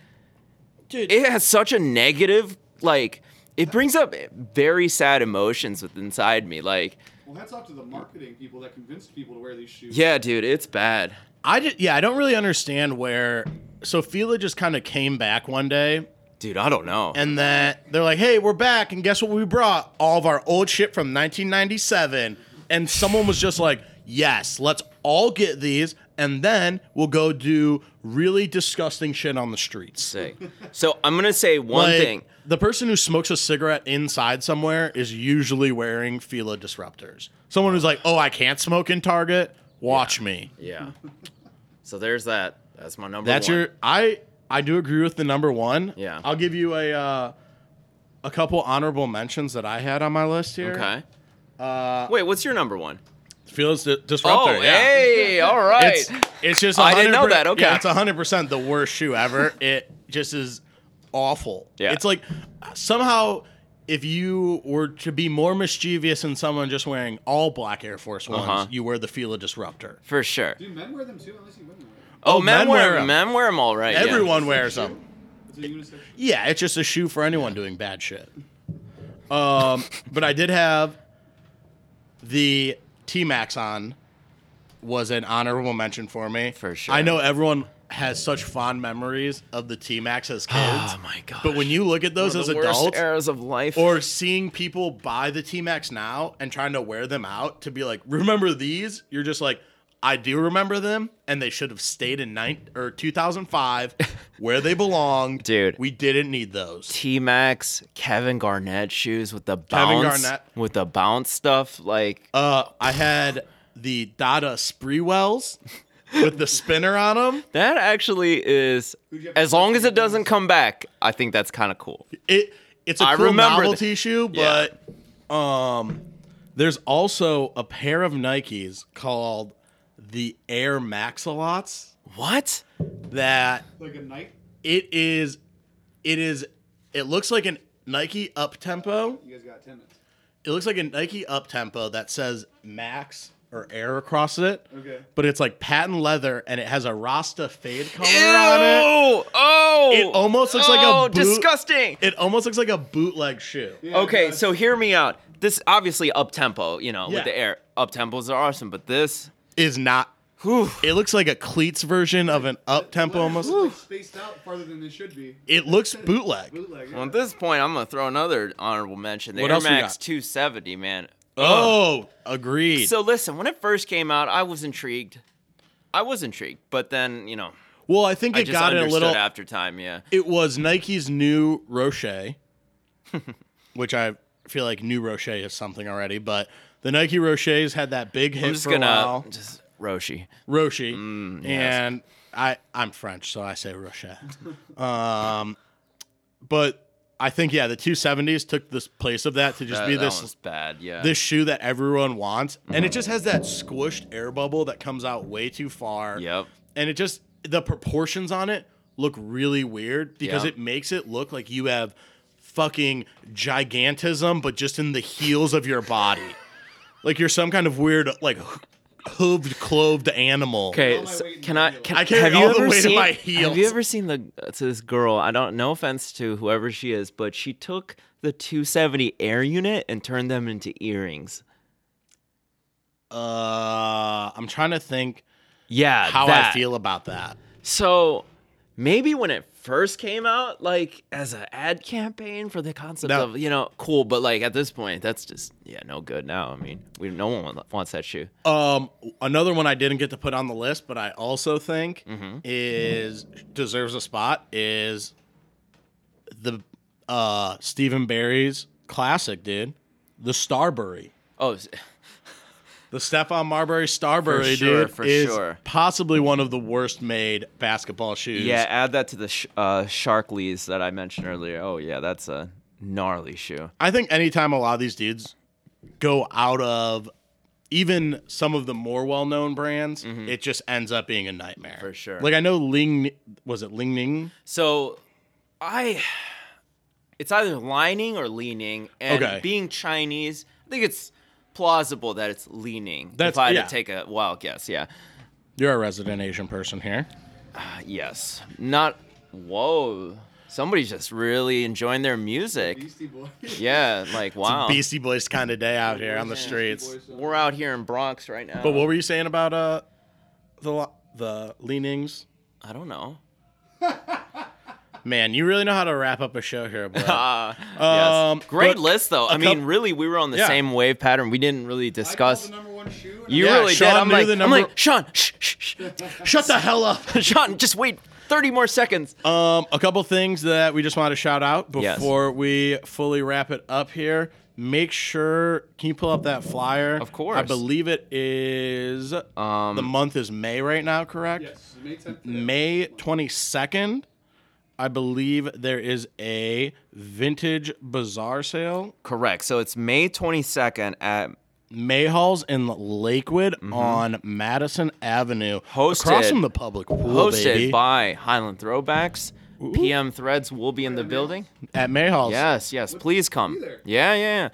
Speaker 1: Dude.
Speaker 2: it has such a negative like. It brings up very sad emotions with inside me. Like,
Speaker 4: Well, hats off to the marketing people that convinced people to wear these shoes.
Speaker 2: yeah, dude, it's bad.
Speaker 1: I just, yeah, I don't really understand where. So Fila just kind of came back one day,
Speaker 2: Dude, I don't know.
Speaker 1: and that they're like, "Hey, we're back, and guess what? We brought all of our old shit from 1997." And someone was just like, "Yes, let's all get these, and then we'll go do really disgusting shit on the streets."
Speaker 2: Sick. So I'm gonna say one
Speaker 1: Like,
Speaker 2: thing.
Speaker 1: The person who smokes a cigarette inside somewhere is usually wearing Fila disruptors. Someone who's like, "Oh, I can't smoke in Target. Watch me."
Speaker 2: Yeah. So there's that. That's my number.
Speaker 1: That's
Speaker 2: one.
Speaker 1: your I I do agree with the number one.
Speaker 2: Yeah.
Speaker 1: I'll give you a uh, a couple honorable mentions that I had on my list here.
Speaker 2: Okay. Wait, what's your number one?
Speaker 1: Feels di-
Speaker 2: Oh,
Speaker 1: disruptor. Uh, yeah.
Speaker 2: hey, all right. Oh,
Speaker 1: It's it's just
Speaker 2: I didn't know
Speaker 1: 100%
Speaker 2: that, okay.
Speaker 1: Yeah, it's hundred percent the worst shoe ever. it just is awful.
Speaker 2: Yeah.
Speaker 1: It's like somehow if you were to be more mischievous than someone just wearing all black Air Force ones,
Speaker 2: Uh-huh.
Speaker 1: you wear the Fila disruptor.
Speaker 2: For sure.
Speaker 4: Do men wear them too? Unless you women wear them.
Speaker 2: Oh,
Speaker 1: Oh,
Speaker 2: men,
Speaker 1: men
Speaker 2: wear
Speaker 1: wear
Speaker 2: 'em.
Speaker 1: 'em.
Speaker 2: men wear them all right. yeah.
Speaker 1: Everyone wears them.
Speaker 4: It's a unisex.
Speaker 1: Yeah, it's just a shoe for anyone doing bad shit. Um, but I did have the T Max on was an honorable mention for me.
Speaker 2: For sure.
Speaker 1: I know everyone has such fond memories of the T Max as kids.
Speaker 2: Oh my god.
Speaker 1: But when you look at those
Speaker 2: One of
Speaker 1: as
Speaker 2: the worst
Speaker 1: adults
Speaker 2: eras of life.
Speaker 1: or seeing people buy the T Max now and trying to wear them out to be like, remember these? You're just like, I do remember them, and they should have stayed in nine or 2005 where they belonged.
Speaker 2: Dude.
Speaker 1: we didn't need those.
Speaker 2: T Max, Kevin Garnett shoes with the bounce,
Speaker 1: Kevin Garnett.
Speaker 2: with the bounce stuff, like
Speaker 1: Uh, I had the Dada Spreewells with the spinner on them.
Speaker 2: that actually is. As long as it doesn't come back, I think that's kind of cool.
Speaker 1: It it's a
Speaker 2: I
Speaker 1: cool
Speaker 2: remember
Speaker 1: novelty
Speaker 2: th-
Speaker 1: shoe,
Speaker 2: Yeah.
Speaker 1: but um, there's also a pair of Nikes called the Air Maxalots
Speaker 2: What?
Speaker 1: that
Speaker 4: Like a night.
Speaker 1: it is it is it looks like an Nike up tempo.
Speaker 4: You guys got ten minutes.
Speaker 1: It looks like a Nike up tempo that says Max or Air across it.
Speaker 4: Okay.
Speaker 1: But it's like patent leather and it has a Rasta fade color on it.
Speaker 2: Oh!
Speaker 1: It almost looks like a
Speaker 2: Oh,
Speaker 1: boot-
Speaker 2: disgusting.
Speaker 1: It almost looks like a bootleg shoe.
Speaker 4: Yeah,
Speaker 2: Okay,
Speaker 4: guys.
Speaker 2: so hear me out. This obviously up tempo, you know,
Speaker 1: Yeah.
Speaker 2: with the air. Up tempos are awesome, but this,
Speaker 1: Is not.
Speaker 2: whew,
Speaker 1: It looks like a cleats version of an up tempo
Speaker 4: Letters
Speaker 1: almost.
Speaker 4: look like spaced out farther than they should be.
Speaker 1: It looks bootleg.
Speaker 4: Bootleg.
Speaker 2: well, at this point, I'm gonna throw another honorable mention. The
Speaker 1: What
Speaker 2: Air
Speaker 1: else we
Speaker 2: Max
Speaker 1: got?
Speaker 2: 270, man.
Speaker 1: Oh, agreed.
Speaker 2: So listen, when it first came out, I was intrigued. I was intrigued, but then you know,
Speaker 1: well, I think
Speaker 2: I
Speaker 1: it
Speaker 2: just
Speaker 1: got it a
Speaker 2: understood
Speaker 1: little.
Speaker 2: after time. Yeah,
Speaker 1: It was Nike's new Roche, which I feel like new Roche is something already, but the Nike Roches had that big hit
Speaker 2: I'm just
Speaker 1: for a
Speaker 2: gonna Mm,
Speaker 1: while.
Speaker 2: just Roshi.
Speaker 1: Roshi, and I I'm French, so I say Roche. um, but I think yeah, the 270s took this place of that to just
Speaker 2: That,
Speaker 1: be
Speaker 2: that
Speaker 1: this
Speaker 2: one's bad. Mm. Yeah.
Speaker 1: this shoe that everyone wants, and it just has that squished air bubble that comes out way too far.
Speaker 2: Yep.
Speaker 1: And it just the proportions on it look really weird because
Speaker 2: Yeah.
Speaker 1: it makes it look like you have fucking gigantism, but just in the heels of your body, like you're some kind of weird like h- hooved, cloved animal.
Speaker 2: Okay,
Speaker 4: All my
Speaker 2: so
Speaker 4: weight in
Speaker 2: can
Speaker 4: my
Speaker 2: I?
Speaker 4: heel.
Speaker 2: Can,
Speaker 1: I carry
Speaker 2: have you
Speaker 1: all the
Speaker 2: ever
Speaker 1: weight of
Speaker 2: seen?
Speaker 1: my
Speaker 2: Have you
Speaker 1: heels.
Speaker 2: ever seen the uh, to this girl? I don't. No offense to whoever she is, but she took the 270 air unit and turned them into earrings.
Speaker 1: Uh, I'm trying to think
Speaker 2: Yeah,
Speaker 1: how I
Speaker 2: that.
Speaker 1: feel about that.
Speaker 2: So maybe when it first came out, like as an ad campaign for the concept
Speaker 1: No.
Speaker 2: of you know, cool. But like at this point, that's just yeah, no good now. I mean, we no one wa- wants that shoe.
Speaker 1: Um, another one I didn't get to put on the list, but I also think
Speaker 2: Mm-hmm.
Speaker 1: is deserves a spot is the uh Stephen Barry's classic, dude, the Starbury,
Speaker 2: Oh, s-
Speaker 1: the Stephon Marbury Starbury,
Speaker 2: For sure,
Speaker 1: dude,
Speaker 2: for
Speaker 1: is
Speaker 2: sure.
Speaker 1: possibly one of the worst made basketball shoes.
Speaker 2: yeah. Add that to the sh- uh, Sharkleys that I mentioned earlier. Oh yeah, that's a gnarly shoe.
Speaker 1: I think anytime a lot of these dudes go out of even some of the more well-known brands, it just ends up being a nightmare
Speaker 2: Mm-hmm. For sure.
Speaker 1: Like I know Ling was it Ling Ning.
Speaker 2: So I it's either lining or leaning. And
Speaker 1: Okay.
Speaker 2: being Chinese, I think it's plausible that it's leaning.
Speaker 1: That's-
Speaker 2: if I had
Speaker 1: yeah.
Speaker 2: to take a wild guess, yeah.
Speaker 1: You're a resident Asian person here.
Speaker 2: Uh, yes. Not whoa. Somebody's just really enjoying their music.
Speaker 4: Beastie Boys.
Speaker 2: Yeah, like wow.
Speaker 1: Beastie Boys kind of day out here on the streets.
Speaker 4: Boys, uh,
Speaker 2: We're out here in Bronx right now.
Speaker 1: But what were you saying about uh the lo- the leanings?
Speaker 2: I don't know.
Speaker 1: Man, you really know how to wrap up a show here, bro.
Speaker 2: Uh,
Speaker 1: Um,
Speaker 2: yes. Great
Speaker 1: but
Speaker 2: list though. I mean,
Speaker 1: coup-
Speaker 2: really, we were on the
Speaker 1: Yeah.
Speaker 2: same wave pattern. We didn't really
Speaker 4: I called
Speaker 2: discuss.
Speaker 4: the number one shoe. and
Speaker 2: You
Speaker 1: Yeah,
Speaker 2: really
Speaker 1: Sean
Speaker 2: did. I'm
Speaker 1: knew
Speaker 2: like,
Speaker 1: the
Speaker 2: I'm
Speaker 1: number-
Speaker 2: like, Sean, shh, shh, shh.
Speaker 1: Shut the hell up.
Speaker 2: Sean, just wait 30 more seconds.
Speaker 1: Um, a couple things that we just want to shout out
Speaker 2: Yes.
Speaker 1: before we fully wrap it up here. Make sure can you pull up that flyer?
Speaker 2: Of course.
Speaker 1: I believe it is
Speaker 2: Um,
Speaker 1: the month is May right now, correct?
Speaker 4: I- Yes, May 10th.
Speaker 1: May 22nd, I believe there is a vintage bazaar sale.
Speaker 2: Correct. So it's May 22nd at
Speaker 1: Mayhall's in Lakewood on Madison Avenue.
Speaker 2: Mm-hmm. Hosted-
Speaker 1: Across from the public pool,
Speaker 2: hosted
Speaker 1: baby.
Speaker 2: by Highland Throwbacks. PM Threads will be in the
Speaker 4: Right, I'm
Speaker 2: building.
Speaker 1: at Mayhall's.
Speaker 2: Yes, yes. Please come.
Speaker 4: be there.
Speaker 2: Yeah, yeah. yeah.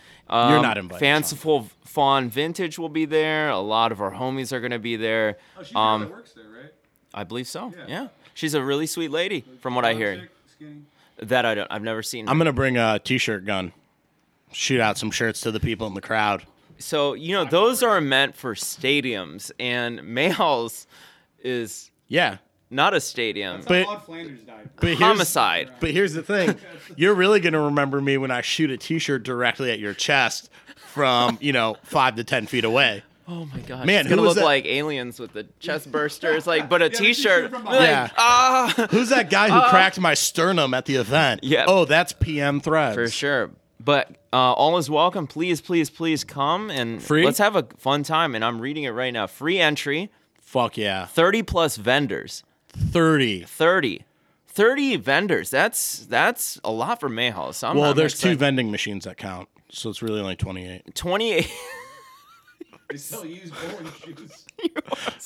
Speaker 2: Um,
Speaker 1: You're not invited, Sean.
Speaker 2: Fanciful Fawn Vintage will be there. A lot of our homies are going to be there.
Speaker 4: Oh, she
Speaker 2: Um,
Speaker 4: really works there, right?
Speaker 2: I believe so. Yeah.
Speaker 4: Yeah.
Speaker 2: She's a really sweet lady, from what I
Speaker 4: Blonde
Speaker 2: hear.
Speaker 4: chick, skinny.
Speaker 2: That I don't. I've never seen. her.
Speaker 1: I'm going to bring a t shirt gun, shoot out some shirts to the people in the crowd.
Speaker 2: So you know those are meant for stadiums, and Mayhall's is
Speaker 1: Yeah.
Speaker 2: not a stadium.
Speaker 4: That's
Speaker 1: But-
Speaker 4: how Claude Flanders died.
Speaker 1: But here's,
Speaker 2: Homicide.
Speaker 1: But here's the thing you're really going to remember me when I shoot a t shirt directly at your chest from, you know, five to 10 feet away.
Speaker 2: Oh my god.
Speaker 1: Man,
Speaker 2: it's
Speaker 1: who
Speaker 2: gonna
Speaker 1: was
Speaker 2: look
Speaker 1: that-
Speaker 2: like aliens with the chest bursters, like but a
Speaker 4: the
Speaker 2: t-shirt.
Speaker 4: t-shirt from
Speaker 2: Like,
Speaker 1: Yeah.
Speaker 2: ah
Speaker 1: Who's that guy who cracked my sternum at the event?
Speaker 2: Yeah.
Speaker 1: Oh, that's PM Threads.
Speaker 2: for sure. But uh, all is welcome. Please, please, please come and
Speaker 1: Free?
Speaker 2: let's have a fun time. And I'm reading it right now. Free entry,
Speaker 1: Fuck yeah.
Speaker 2: 30 plus vendors.
Speaker 1: 30.
Speaker 2: 30. 30 vendors. That's that's a lot for Mayhall. So I'm,
Speaker 1: Well,
Speaker 2: I'm
Speaker 1: there's two
Speaker 2: excited.
Speaker 1: vending machines that count, so it's really only 28.
Speaker 2: 28
Speaker 4: They still use bowling shoes.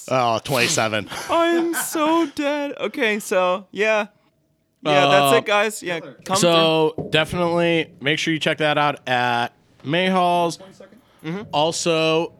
Speaker 1: Oh, 27.
Speaker 2: I'm so dead. Okay, so yeah. Yeah, that's
Speaker 1: Uh,
Speaker 2: it guys. Yeah,
Speaker 4: killer.
Speaker 2: come
Speaker 1: so definitely make sure you check that out at Mayhall's.
Speaker 4: One second.
Speaker 1: Also,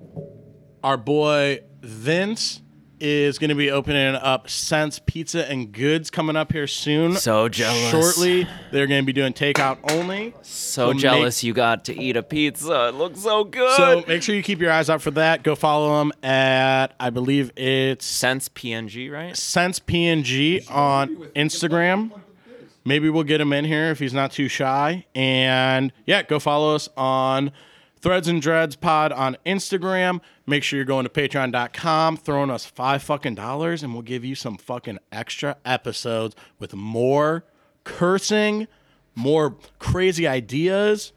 Speaker 1: our boy Vince is going to be opening up Sense Pizza and Goods coming up here soon.
Speaker 2: So jealous.
Speaker 1: Shortly, they're going to be doing takeout only.
Speaker 2: So
Speaker 1: We'll make-
Speaker 2: jealous you got to eat a pizza. It looks so good.
Speaker 1: So make sure you keep your eyes out for that. Go follow him at I believe it's
Speaker 2: Sense PNG, right?
Speaker 1: Sense PNG on Instagram. Maybe we'll get him in here if he's not too shy. And yeah, go follow us on Threads and Dreads Pod on Instagram. Make sure you're going to patreon.com, throwing us five fucking dollars, and we'll give you some fucking extra episodes with more cursing, more crazy ideas,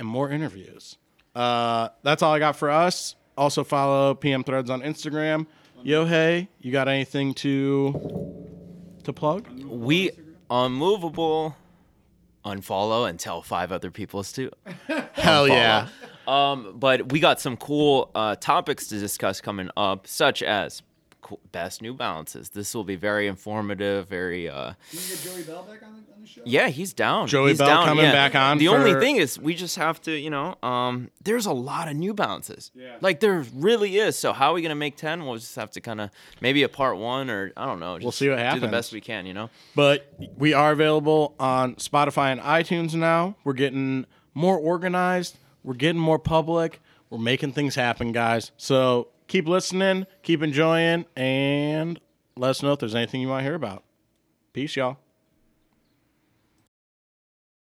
Speaker 1: and more interviews. Uh, that's all I got for us. Also follow PM Threads on Instagram. Yo, hey, you got anything to to plug?
Speaker 2: We unmovable, unfollow, and tell five other people to.
Speaker 1: Hell yeah.
Speaker 2: Um, but we got some cool uh, topics to discuss coming up, such as co- best new balances. This will be very informative. Very uh,
Speaker 4: Can you get Joey Bell back on the, on the show?
Speaker 2: yeah, he's down.
Speaker 1: Joey
Speaker 2: He's
Speaker 1: Bell
Speaker 2: down,
Speaker 1: coming
Speaker 2: yeah.
Speaker 1: back on
Speaker 2: The only
Speaker 1: for-
Speaker 2: thing is, we just have to, you know, um, there's a lot of new balances.
Speaker 4: Yeah.
Speaker 2: Like there really is. So how are we gonna make ten? We'll just have to kind of maybe a part one or I don't know. Just
Speaker 1: see what
Speaker 2: Do
Speaker 1: happens.
Speaker 2: the best we can, you know.
Speaker 1: But we are available on Spotify and iTunes now. We're getting more organized. We're getting more public. We're making things happen, guys. So keep listening, keep enjoying, and let us know if there's anything you want to hear about. Peace, y'all.